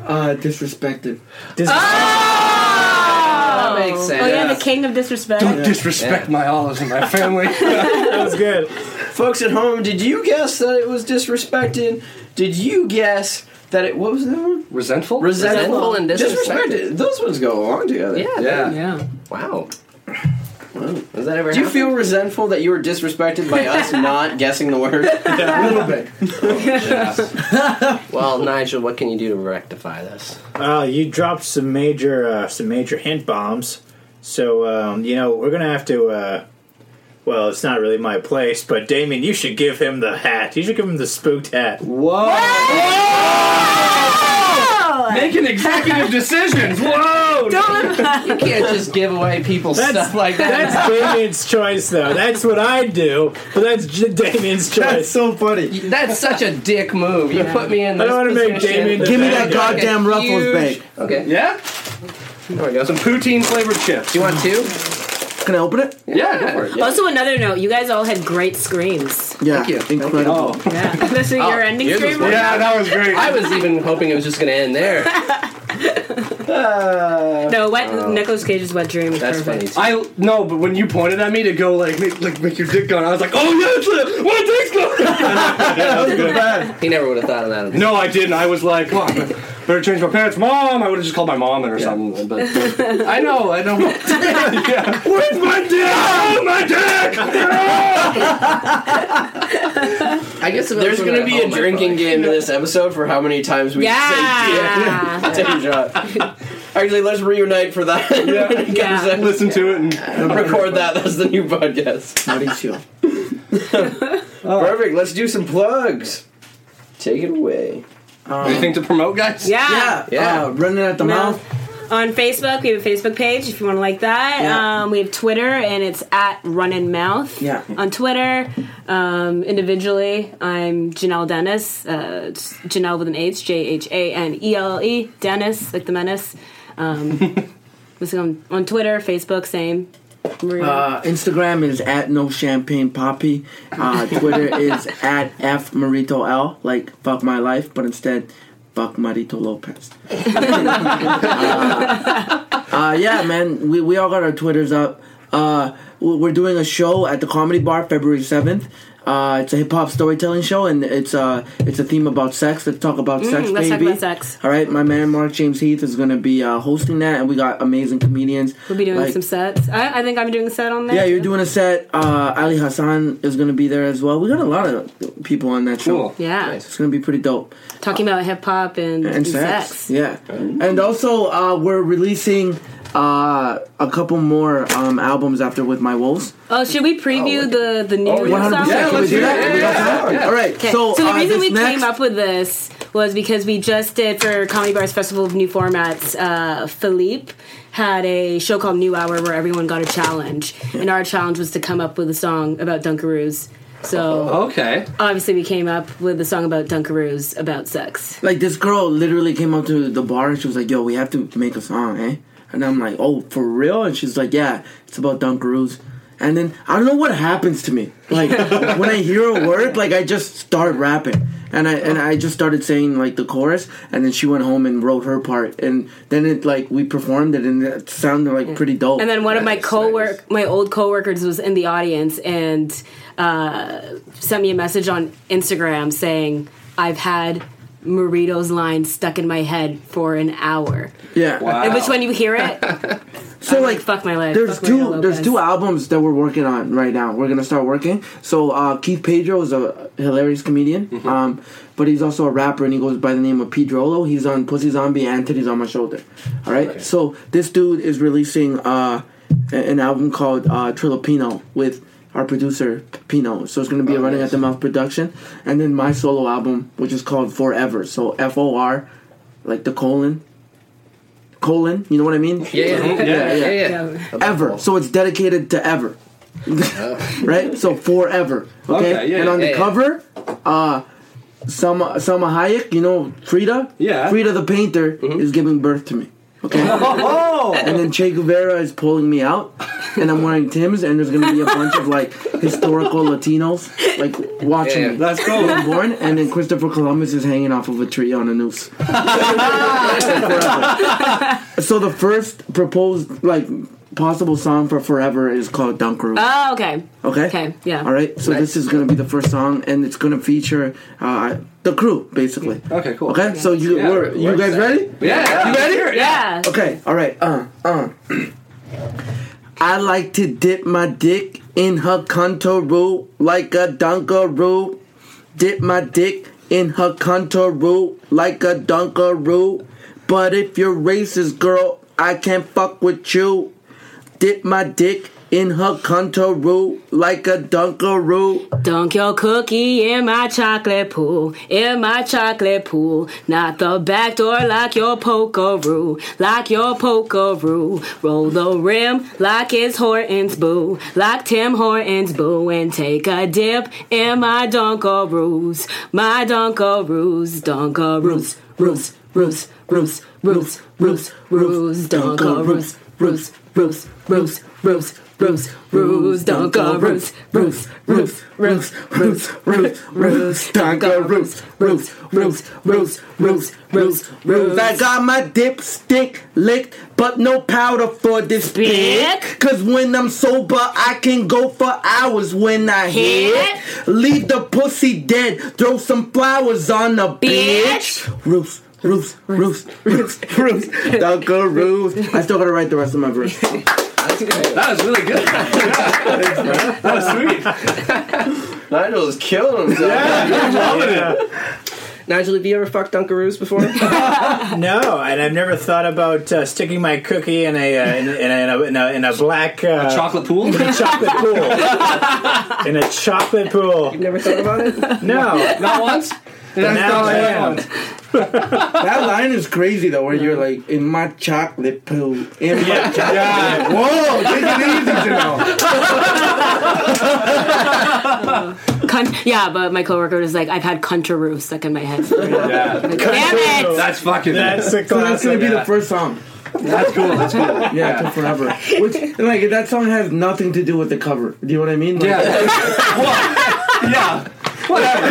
Speaker 6: Uh, disrespected.
Speaker 8: Dis-
Speaker 1: that makes sense.
Speaker 5: Oh yeah, the king of disrespect.
Speaker 2: Don't disrespect my olives and
Speaker 7: [laughs]
Speaker 2: my family.
Speaker 8: That was good.
Speaker 4: Folks at home, did you guess that it was disrespected? Did you guess that it? What was that one?
Speaker 2: Resentful?
Speaker 1: Resentful and disrespected.
Speaker 4: Disrespected. Those ones go along together.
Speaker 1: Yeah.
Speaker 2: yeah.
Speaker 5: [laughs] Yeah.
Speaker 1: Wow. Does that ever
Speaker 4: Do you
Speaker 1: happen?
Speaker 4: feel resentful that you were disrespected by
Speaker 1: [laughs]
Speaker 4: us not guessing the word?
Speaker 6: A little bit.
Speaker 1: well, Nigel, what can you do to rectify this?
Speaker 8: Uh, you dropped some major uh, some major hint bombs. So um, you know we're gonna have to. Uh, well, it's not really my place, but Damien, you should give him the hat. You should give him the spooked hat.
Speaker 2: Making executive decisions. Whoa!
Speaker 1: You can't just give away people's stuff like that.
Speaker 8: That's Damien's choice, though. That's what I do, but that's J- Damien's
Speaker 6: That's
Speaker 8: choice.
Speaker 6: so funny.
Speaker 1: [laughs] That's such a dick move. You put me in.
Speaker 8: I
Speaker 1: This
Speaker 8: don't wanna make
Speaker 1: position.
Speaker 8: Damien the
Speaker 6: Give me
Speaker 8: bad
Speaker 6: that
Speaker 8: guy.
Speaker 6: goddamn Ruffles bag.
Speaker 1: Okay.
Speaker 2: Yeah?
Speaker 1: There we go.
Speaker 2: Some
Speaker 1: Do
Speaker 2: poutine flavored chips.
Speaker 1: you want two?
Speaker 6: Can I open it?
Speaker 1: Yeah. go for it.
Speaker 3: Also,
Speaker 5: Also, another note. You guys all had great screams.
Speaker 6: Yeah.
Speaker 1: you.
Speaker 6: Incredible.
Speaker 5: [laughs] Yeah. this is your ending
Speaker 1: Oh, yours was
Speaker 5: scream.
Speaker 1: worse.
Speaker 5: right?
Speaker 2: Yeah, that was great.
Speaker 1: I was even hoping it was just going to end there.
Speaker 3: No, wet,
Speaker 5: Nicolas Cage's wet dream. is
Speaker 1: That's
Speaker 5: perfect.
Speaker 1: funny. Too.
Speaker 2: I no, but when you pointed at me to go like make like make your dick gone, I was like, oh yeah, it's a, what dick's
Speaker 7: [laughs]
Speaker 2: gone. [laughs]
Speaker 1: He never would have thought of that.
Speaker 2: no, I didn't. I was like, oh, I better change my pants, mom. I would have just called my mom or
Speaker 1: Um,
Speaker 2: something. But, I know, I know. [laughs] yeah. Where's my dick? Oh, my [laughs] dick!
Speaker 1: [laughs] I guess if I
Speaker 4: There's
Speaker 1: was
Speaker 4: gonna
Speaker 1: at
Speaker 4: be a
Speaker 1: home, I'd
Speaker 4: drinking
Speaker 1: probably-
Speaker 4: game in this episode for how many times we
Speaker 5: [laughs] Yeah.
Speaker 4: say dick. Take a shot. Actually, let's reunite for that. [laughs]
Speaker 2: Yeah.
Speaker 5: Yeah.
Speaker 2: Listen to it and
Speaker 4: Record that. That's the new podcast.
Speaker 6: Mauricio.
Speaker 4: Perfect. Let's do some plugs. Take it away.
Speaker 2: anything to promote, guys.
Speaker 5: Yeah.
Speaker 6: Yeah.
Speaker 1: Yeah.
Speaker 6: Uh, running at the
Speaker 5: Now,
Speaker 6: mouth.
Speaker 5: on Facebook, we have a Facebook page if you want to like that.
Speaker 6: Yeah.
Speaker 5: Um, we have Twitter, and it's at Run and Mouth.
Speaker 6: Yeah.
Speaker 5: On Twitter, um, individually, I'm Janelle Dennis. Uh, it's Janelle with an H, J H A N E L E, Dennis, like the menace. Um,
Speaker 6: [laughs]
Speaker 5: was on, on Twitter, Facebook, same. Maria.
Speaker 6: Uh, Instagram is at no champagne poppy. Uh,
Speaker 5: [laughs]
Speaker 6: Twitter is at f marito l, like fuck my life, but instead fuck marito
Speaker 5: [laughs]
Speaker 6: Lopez. Uh, yeah, man, we, we all got our Twitters up. Uh, we- we're doing a show at the Comedy Bar February 7th. Uh, it's a hip hop storytelling show, and it's uh, it's a theme about sex. Let's talk about sex,
Speaker 5: Mm, hmm, let's talk
Speaker 6: baby.
Speaker 5: about sex.
Speaker 6: All right, my man Mark James Heath is going to be uh, hosting that, and we got amazing comedians.
Speaker 5: we'll be doing
Speaker 6: like-
Speaker 5: some sets. I, I think I'm doing a set on there.
Speaker 6: yeah, you're
Speaker 5: too.
Speaker 6: doing a set. Uh, Ali Hassan is going to be there as well. We got a lot of people on that show.
Speaker 2: Cool.
Speaker 5: Yeah.
Speaker 6: It's going to be pretty dope.
Speaker 5: Talking about hip hop and,
Speaker 6: And
Speaker 5: sex.
Speaker 6: sex. Yeah. And also, uh, we're releasing uh, a couple more um, albums after with my wolves.
Speaker 5: Oh, should we preview the the new
Speaker 11: Oh, yeah.
Speaker 5: song?
Speaker 6: 100%.
Speaker 3: Yeah,
Speaker 6: Can we
Speaker 3: let's
Speaker 6: do
Speaker 3: hear
Speaker 6: that?
Speaker 3: it.
Speaker 6: Can we
Speaker 3: Yeah,
Speaker 6: do that? All right.
Speaker 5: Okay.
Speaker 6: So,
Speaker 5: So, the
Speaker 6: uh,
Speaker 5: reason
Speaker 6: this
Speaker 5: we
Speaker 6: next,
Speaker 5: came up with this was because we just did for Comedy Bars Festival of New Formats. Uh, Philippe had a show called New Hour where everyone got a challenge, and our challenge was to come up with a song about Dunkaroos. So
Speaker 3: Okay.
Speaker 5: obviously, we came up with a song about Dunkaroos about sex.
Speaker 6: like this girl literally came up to the bar and she was like, "Yo, we have to make a song, eh?" And I'm like, "Oh, for real?" And she's like, "Yeah, it's about Dunkaroos." And then I don't know what happens to me. Like when I hear a word, like I just start rapping, and I and I just started saying like the chorus, and then she went home and wrote her part, and then it like we performed it, and it sounded like pretty dope.
Speaker 5: Mm. And then one of my
Speaker 1: Nice,
Speaker 5: cowork, my old coworkers, was in the audience and uh, sent me a message on Instagram saying, "I've had Marito's line stuck in my head for an hour."
Speaker 6: yeah,
Speaker 5: And which when you
Speaker 6: [laughs]
Speaker 5: hear it,
Speaker 6: so
Speaker 5: like, fuck my life.
Speaker 6: There's
Speaker 5: Fuck Maria
Speaker 6: two. There's
Speaker 5: Lopez.
Speaker 6: two albums that we're working on right now. We're gonna start working. So uh, Keith Pedro is a hilarious comedian, um, but he's also a rapper and he goes by the name of Pedrolo. He's on Pussy Zombie and Titties on My Shoulder. All right. So this dude is releasing uh, a- an album called uh, Trilopino with our producer Pino. So it's gonna be a Running at the Mouth production, and then my solo album, which is called Forever. So F O R, like the colon. Colon, you know what I mean?
Speaker 1: Yeah, yeah, yeah, yeah. yeah,
Speaker 6: ever. So it's dedicated to ever. right? So forever. Okay.
Speaker 3: Okay, yeah,
Speaker 6: and on
Speaker 1: yeah,
Speaker 6: the
Speaker 1: yeah.
Speaker 6: cover, uh Selma, Selma Hayek, you know Frida?
Speaker 3: Yeah.
Speaker 6: Frida the painter is giving birth to me. Okay.
Speaker 3: Oh,
Speaker 6: and then Che Guevara is pulling me out and I'm wearing Tim's and there's gonna be a bunch of like historical Latinos like watching
Speaker 1: Yeah, yeah.
Speaker 6: me.
Speaker 3: that's
Speaker 6: when
Speaker 3: cool.
Speaker 6: I'm born, and then Christopher Columbus is hanging off of a tree on a noose. so the first proposed, like, possible song for Forever is called Dunkaroo.
Speaker 5: Oh, okay.
Speaker 6: okay?
Speaker 5: okay, yeah.
Speaker 6: All right, so this is going to be the first song, and it's going to feature uh, the crew, basically.
Speaker 3: Okay, cool.
Speaker 6: Okay, so you,
Speaker 3: Yeah,
Speaker 6: we're, you
Speaker 1: we're
Speaker 6: guys ready?
Speaker 3: Yeah, you ready?
Speaker 5: Yeah.
Speaker 6: Okay, all right. Uh, uh. I like to dip my dick in her contour like a dunkaroo. Dip my dick in her contour like a dunkaroo. But if you're racist, girl, I can't fuck with you. Dip my dick in her contour like a dunkaroo.
Speaker 5: Dunk your cookie in my chocolate pool, in my chocolate pool. Not the back door like your pokeroo, like your pokeroo. Roll the rim like it's Horton's boo, like Tim Horton's boo. And take a dip in my Dunkaroos, my Dunkaroos, Dunkaroos, roos, roos, roos, roos, roos, roos, Dunkaroos, roos, roos, roos, roos, roos, roos, Dunkaroos, roos, roos, roos, roos, roos, roos, Dunkaroos, roos, roos, roos, roos, roos, roos.
Speaker 6: I got my dipstick licked, but no powder for this
Speaker 5: Dick?
Speaker 6: pick. Cause when I'm sober, I can go for hours when I hit. Leave the pussy dead, throw some flowers on the bitch. Roos, roos, roos, roos, [laughs] roos, dunkaroos. I still gotta write the rest of my verse.
Speaker 3: That was really good. that was sweet.
Speaker 1: Nigel is killing himself. [laughs] Nigel, have you ever fucked Dunkaroos [laughs] before?
Speaker 8: No, and I've never thought about uh, sticking my cookie in a, uh, in, in, a, in, a, in, a, in a black uh,
Speaker 3: Chocolate pool.
Speaker 8: chocolate pool. in a chocolate pool.
Speaker 1: Never thought about it?
Speaker 8: No,
Speaker 2: [laughs]
Speaker 3: Not once. That's
Speaker 8: now
Speaker 3: not
Speaker 8: I
Speaker 3: like-
Speaker 8: am.
Speaker 6: That line is crazy though, where you're like, in my chocolate poo. In my
Speaker 7: [laughs]
Speaker 6: chocolate
Speaker 3: Yeah.
Speaker 6: Whoa, take it easy, Janelle.
Speaker 5: Cunt- yeah, but my coworker was like, I've had Cuntaroo stuck in my head.
Speaker 3: Yeah.
Speaker 5: Damn it!
Speaker 3: That's
Speaker 7: [laughs]
Speaker 3: fucking.
Speaker 8: That's a classic.
Speaker 6: [laughs] So that's gonna be the first song.
Speaker 3: that's cool. That's cool.
Speaker 6: Yeah, till forever. Which and, like that song has nothing to do with the cover. Do you know what I mean? Like,
Speaker 3: Yeah. Well, yeah. Whatever.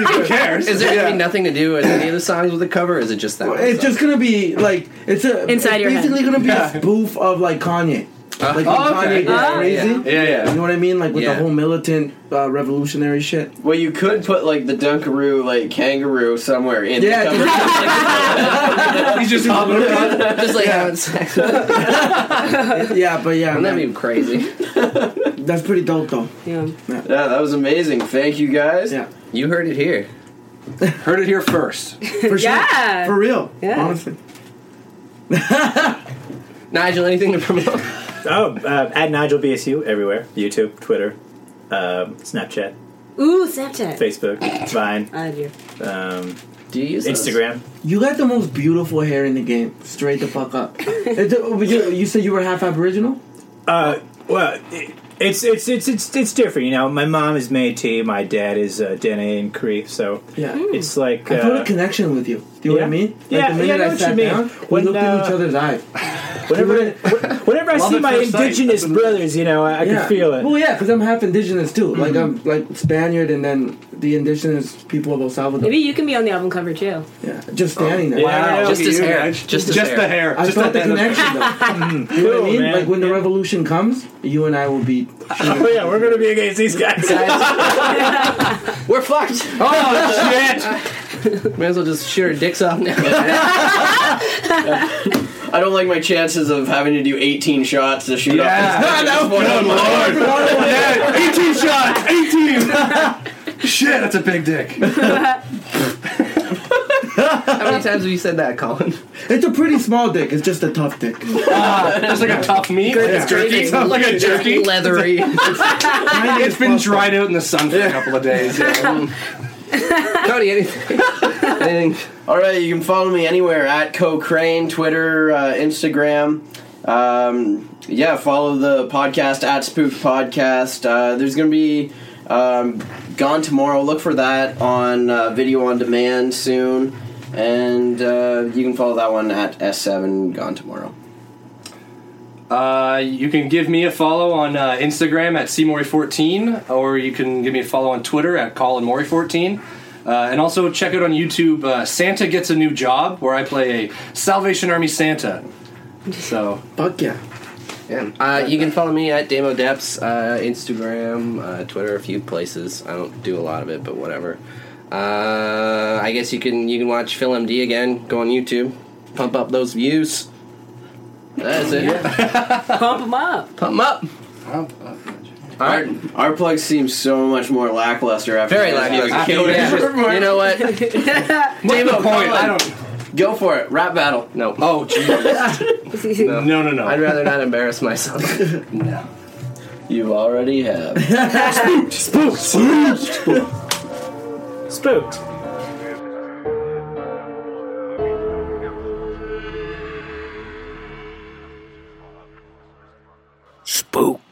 Speaker 3: Who cares?
Speaker 1: Is there gonna be nothing to do with any of the songs with the cover? Or is it just that? one
Speaker 6: It's
Speaker 1: song?
Speaker 6: just gonna be like it's a
Speaker 5: Inside
Speaker 6: it's
Speaker 5: your head.
Speaker 6: basically gonna be a spoof of like Kanye. Like when
Speaker 3: Oh, okay.
Speaker 6: Kanye goes
Speaker 1: Ah,
Speaker 6: crazy.
Speaker 3: yeah,
Speaker 6: You know
Speaker 3: yeah.
Speaker 6: what I mean? Like with
Speaker 1: Yeah.
Speaker 6: the whole militant uh, revolutionary shit.
Speaker 4: Well, you could put like the Dunkaroo, like kangaroo, somewhere in
Speaker 6: Yeah,
Speaker 4: the
Speaker 8: [laughs]
Speaker 4: cover.
Speaker 3: He's just hopping around.
Speaker 1: just like having [laughs] sex. Wouldn't
Speaker 6: Yeah, but yeah,
Speaker 1: that
Speaker 6: man,
Speaker 1: be [laughs] crazy?
Speaker 6: that's pretty dope though.
Speaker 5: Yeah.
Speaker 4: yeah, that was amazing. Thank you guys.
Speaker 6: Yeah,
Speaker 1: You heard it here.
Speaker 3: Heard it here first.
Speaker 6: for sure,
Speaker 5: Yeah.
Speaker 6: for real,
Speaker 5: Yeah.
Speaker 6: honestly.
Speaker 1: Nigel, anything to promote?
Speaker 8: Oh, uh, at Nigel BSU everywhere: YouTube, Twitter, um, Snapchat,
Speaker 5: Ooh, Snapchat.
Speaker 8: Facebook, Vine,
Speaker 5: I do.
Speaker 8: um,
Speaker 1: Do you use those?
Speaker 8: Instagram.
Speaker 6: You got the most beautiful hair in the game. Straight the fuck
Speaker 5: [laughs]
Speaker 6: up. It's a- but you, you said you were half Aboriginal.
Speaker 8: Uh, well, it, it's it's it's it's it's different, you know. My mom is Métis, my dad is uh, Dene and Cree, so
Speaker 6: Yeah.
Speaker 1: Hmm.
Speaker 8: it's like
Speaker 6: I felt
Speaker 8: uh,
Speaker 6: a connection with you. Do you know what I
Speaker 8: Yeah.
Speaker 6: mean? Like the
Speaker 8: Yeah, yeah, I
Speaker 6: minute I
Speaker 8: know what you
Speaker 6: sat
Speaker 8: mean.
Speaker 6: down,
Speaker 8: When,
Speaker 6: we looked in
Speaker 8: uh,
Speaker 6: each other's eyes.
Speaker 8: whenever whenever I
Speaker 2: Love
Speaker 8: see
Speaker 2: at
Speaker 8: my
Speaker 2: first sight,
Speaker 8: indigenous
Speaker 2: that's
Speaker 8: brothers, you know, I, I can feel it. Mm-hmm.
Speaker 6: Well, yeah, because I'm half indigenous too. Like I'm like Spaniard and then the indigenous people of El Salvador.
Speaker 5: Maybe you can be on the album cover too.
Speaker 6: Yeah, just standing there.
Speaker 8: Yeah,
Speaker 4: Just his hair. Just his hair.
Speaker 2: the hair.
Speaker 6: I
Speaker 2: just
Speaker 6: felt the
Speaker 2: that-
Speaker 6: connection. Though. [laughs] you know what I
Speaker 8: Cool,
Speaker 6: mean?
Speaker 8: man.
Speaker 6: Like when the revolution comes, you and I will be.
Speaker 8: [laughs] Oh yeah, we're gonna be against these guys. [laughs]
Speaker 1: We're fucked.
Speaker 2: Oh
Speaker 1: May as well just shoot our dicks off now.
Speaker 4: I don't like my chances of having to do 18 shots to shoot
Speaker 2: shit! Yeah.
Speaker 4: off.
Speaker 2: Good lord! Yeah, Eighteen shots. Eighteen. [laughs] Shit, that's a big dick.
Speaker 1: How many times have you said that, Colin?
Speaker 6: It's a pretty small dick. It's just a tough dick.
Speaker 2: That's like a tough meat. Like a jerky. Sounds like a jerky.
Speaker 1: Leathery.
Speaker 2: It's been dried out in the sun for a couple of days. yeah.
Speaker 1: Cody, anything? anything?
Speaker 4: All right, you can follow me anywhere at Co Crane, Twitter, uh, Instagram. Um, yeah, follow the podcast at Spook Podcast. Uh, there's going to be um, Gone Tomorrow. Look for that on uh, video on demand soon. And uh, you can follow that one at S7 Gone Tomorrow.
Speaker 2: Uh, you can give me a follow on uh, Instagram at cmori14, or you can give me a follow on Twitter at colinmori14. Uh, and also check out on YouTube uh, Santa Gets a New Job, where I play a Salvation Army Santa. So,
Speaker 6: Fuck yeah.
Speaker 1: [laughs] Yeah. Uh, you can follow me at Damo Depths, uh, Instagram, uh, Twitter, a few places. I don't do a lot of it, but whatever. Uh, I guess you can you can watch Phil MD again. Go on YouTube, pump up those views. That's it.
Speaker 5: Pump them up.
Speaker 1: Pump 'em up. All right.
Speaker 4: Our plug seems so much more lackluster after
Speaker 1: Very
Speaker 4: you guys
Speaker 1: likely.
Speaker 4: just killed it.
Speaker 1: Yeah. You know what? [laughs]
Speaker 2: What's the point? I don't.
Speaker 4: Go for it. Rap battle.
Speaker 1: No.
Speaker 2: Oh,
Speaker 4: [laughs]
Speaker 2: jeez.
Speaker 1: no.
Speaker 2: No, no, no.
Speaker 1: I'd rather not embarrass myself.
Speaker 4: You already have.
Speaker 8: Spooked.
Speaker 3: Spook.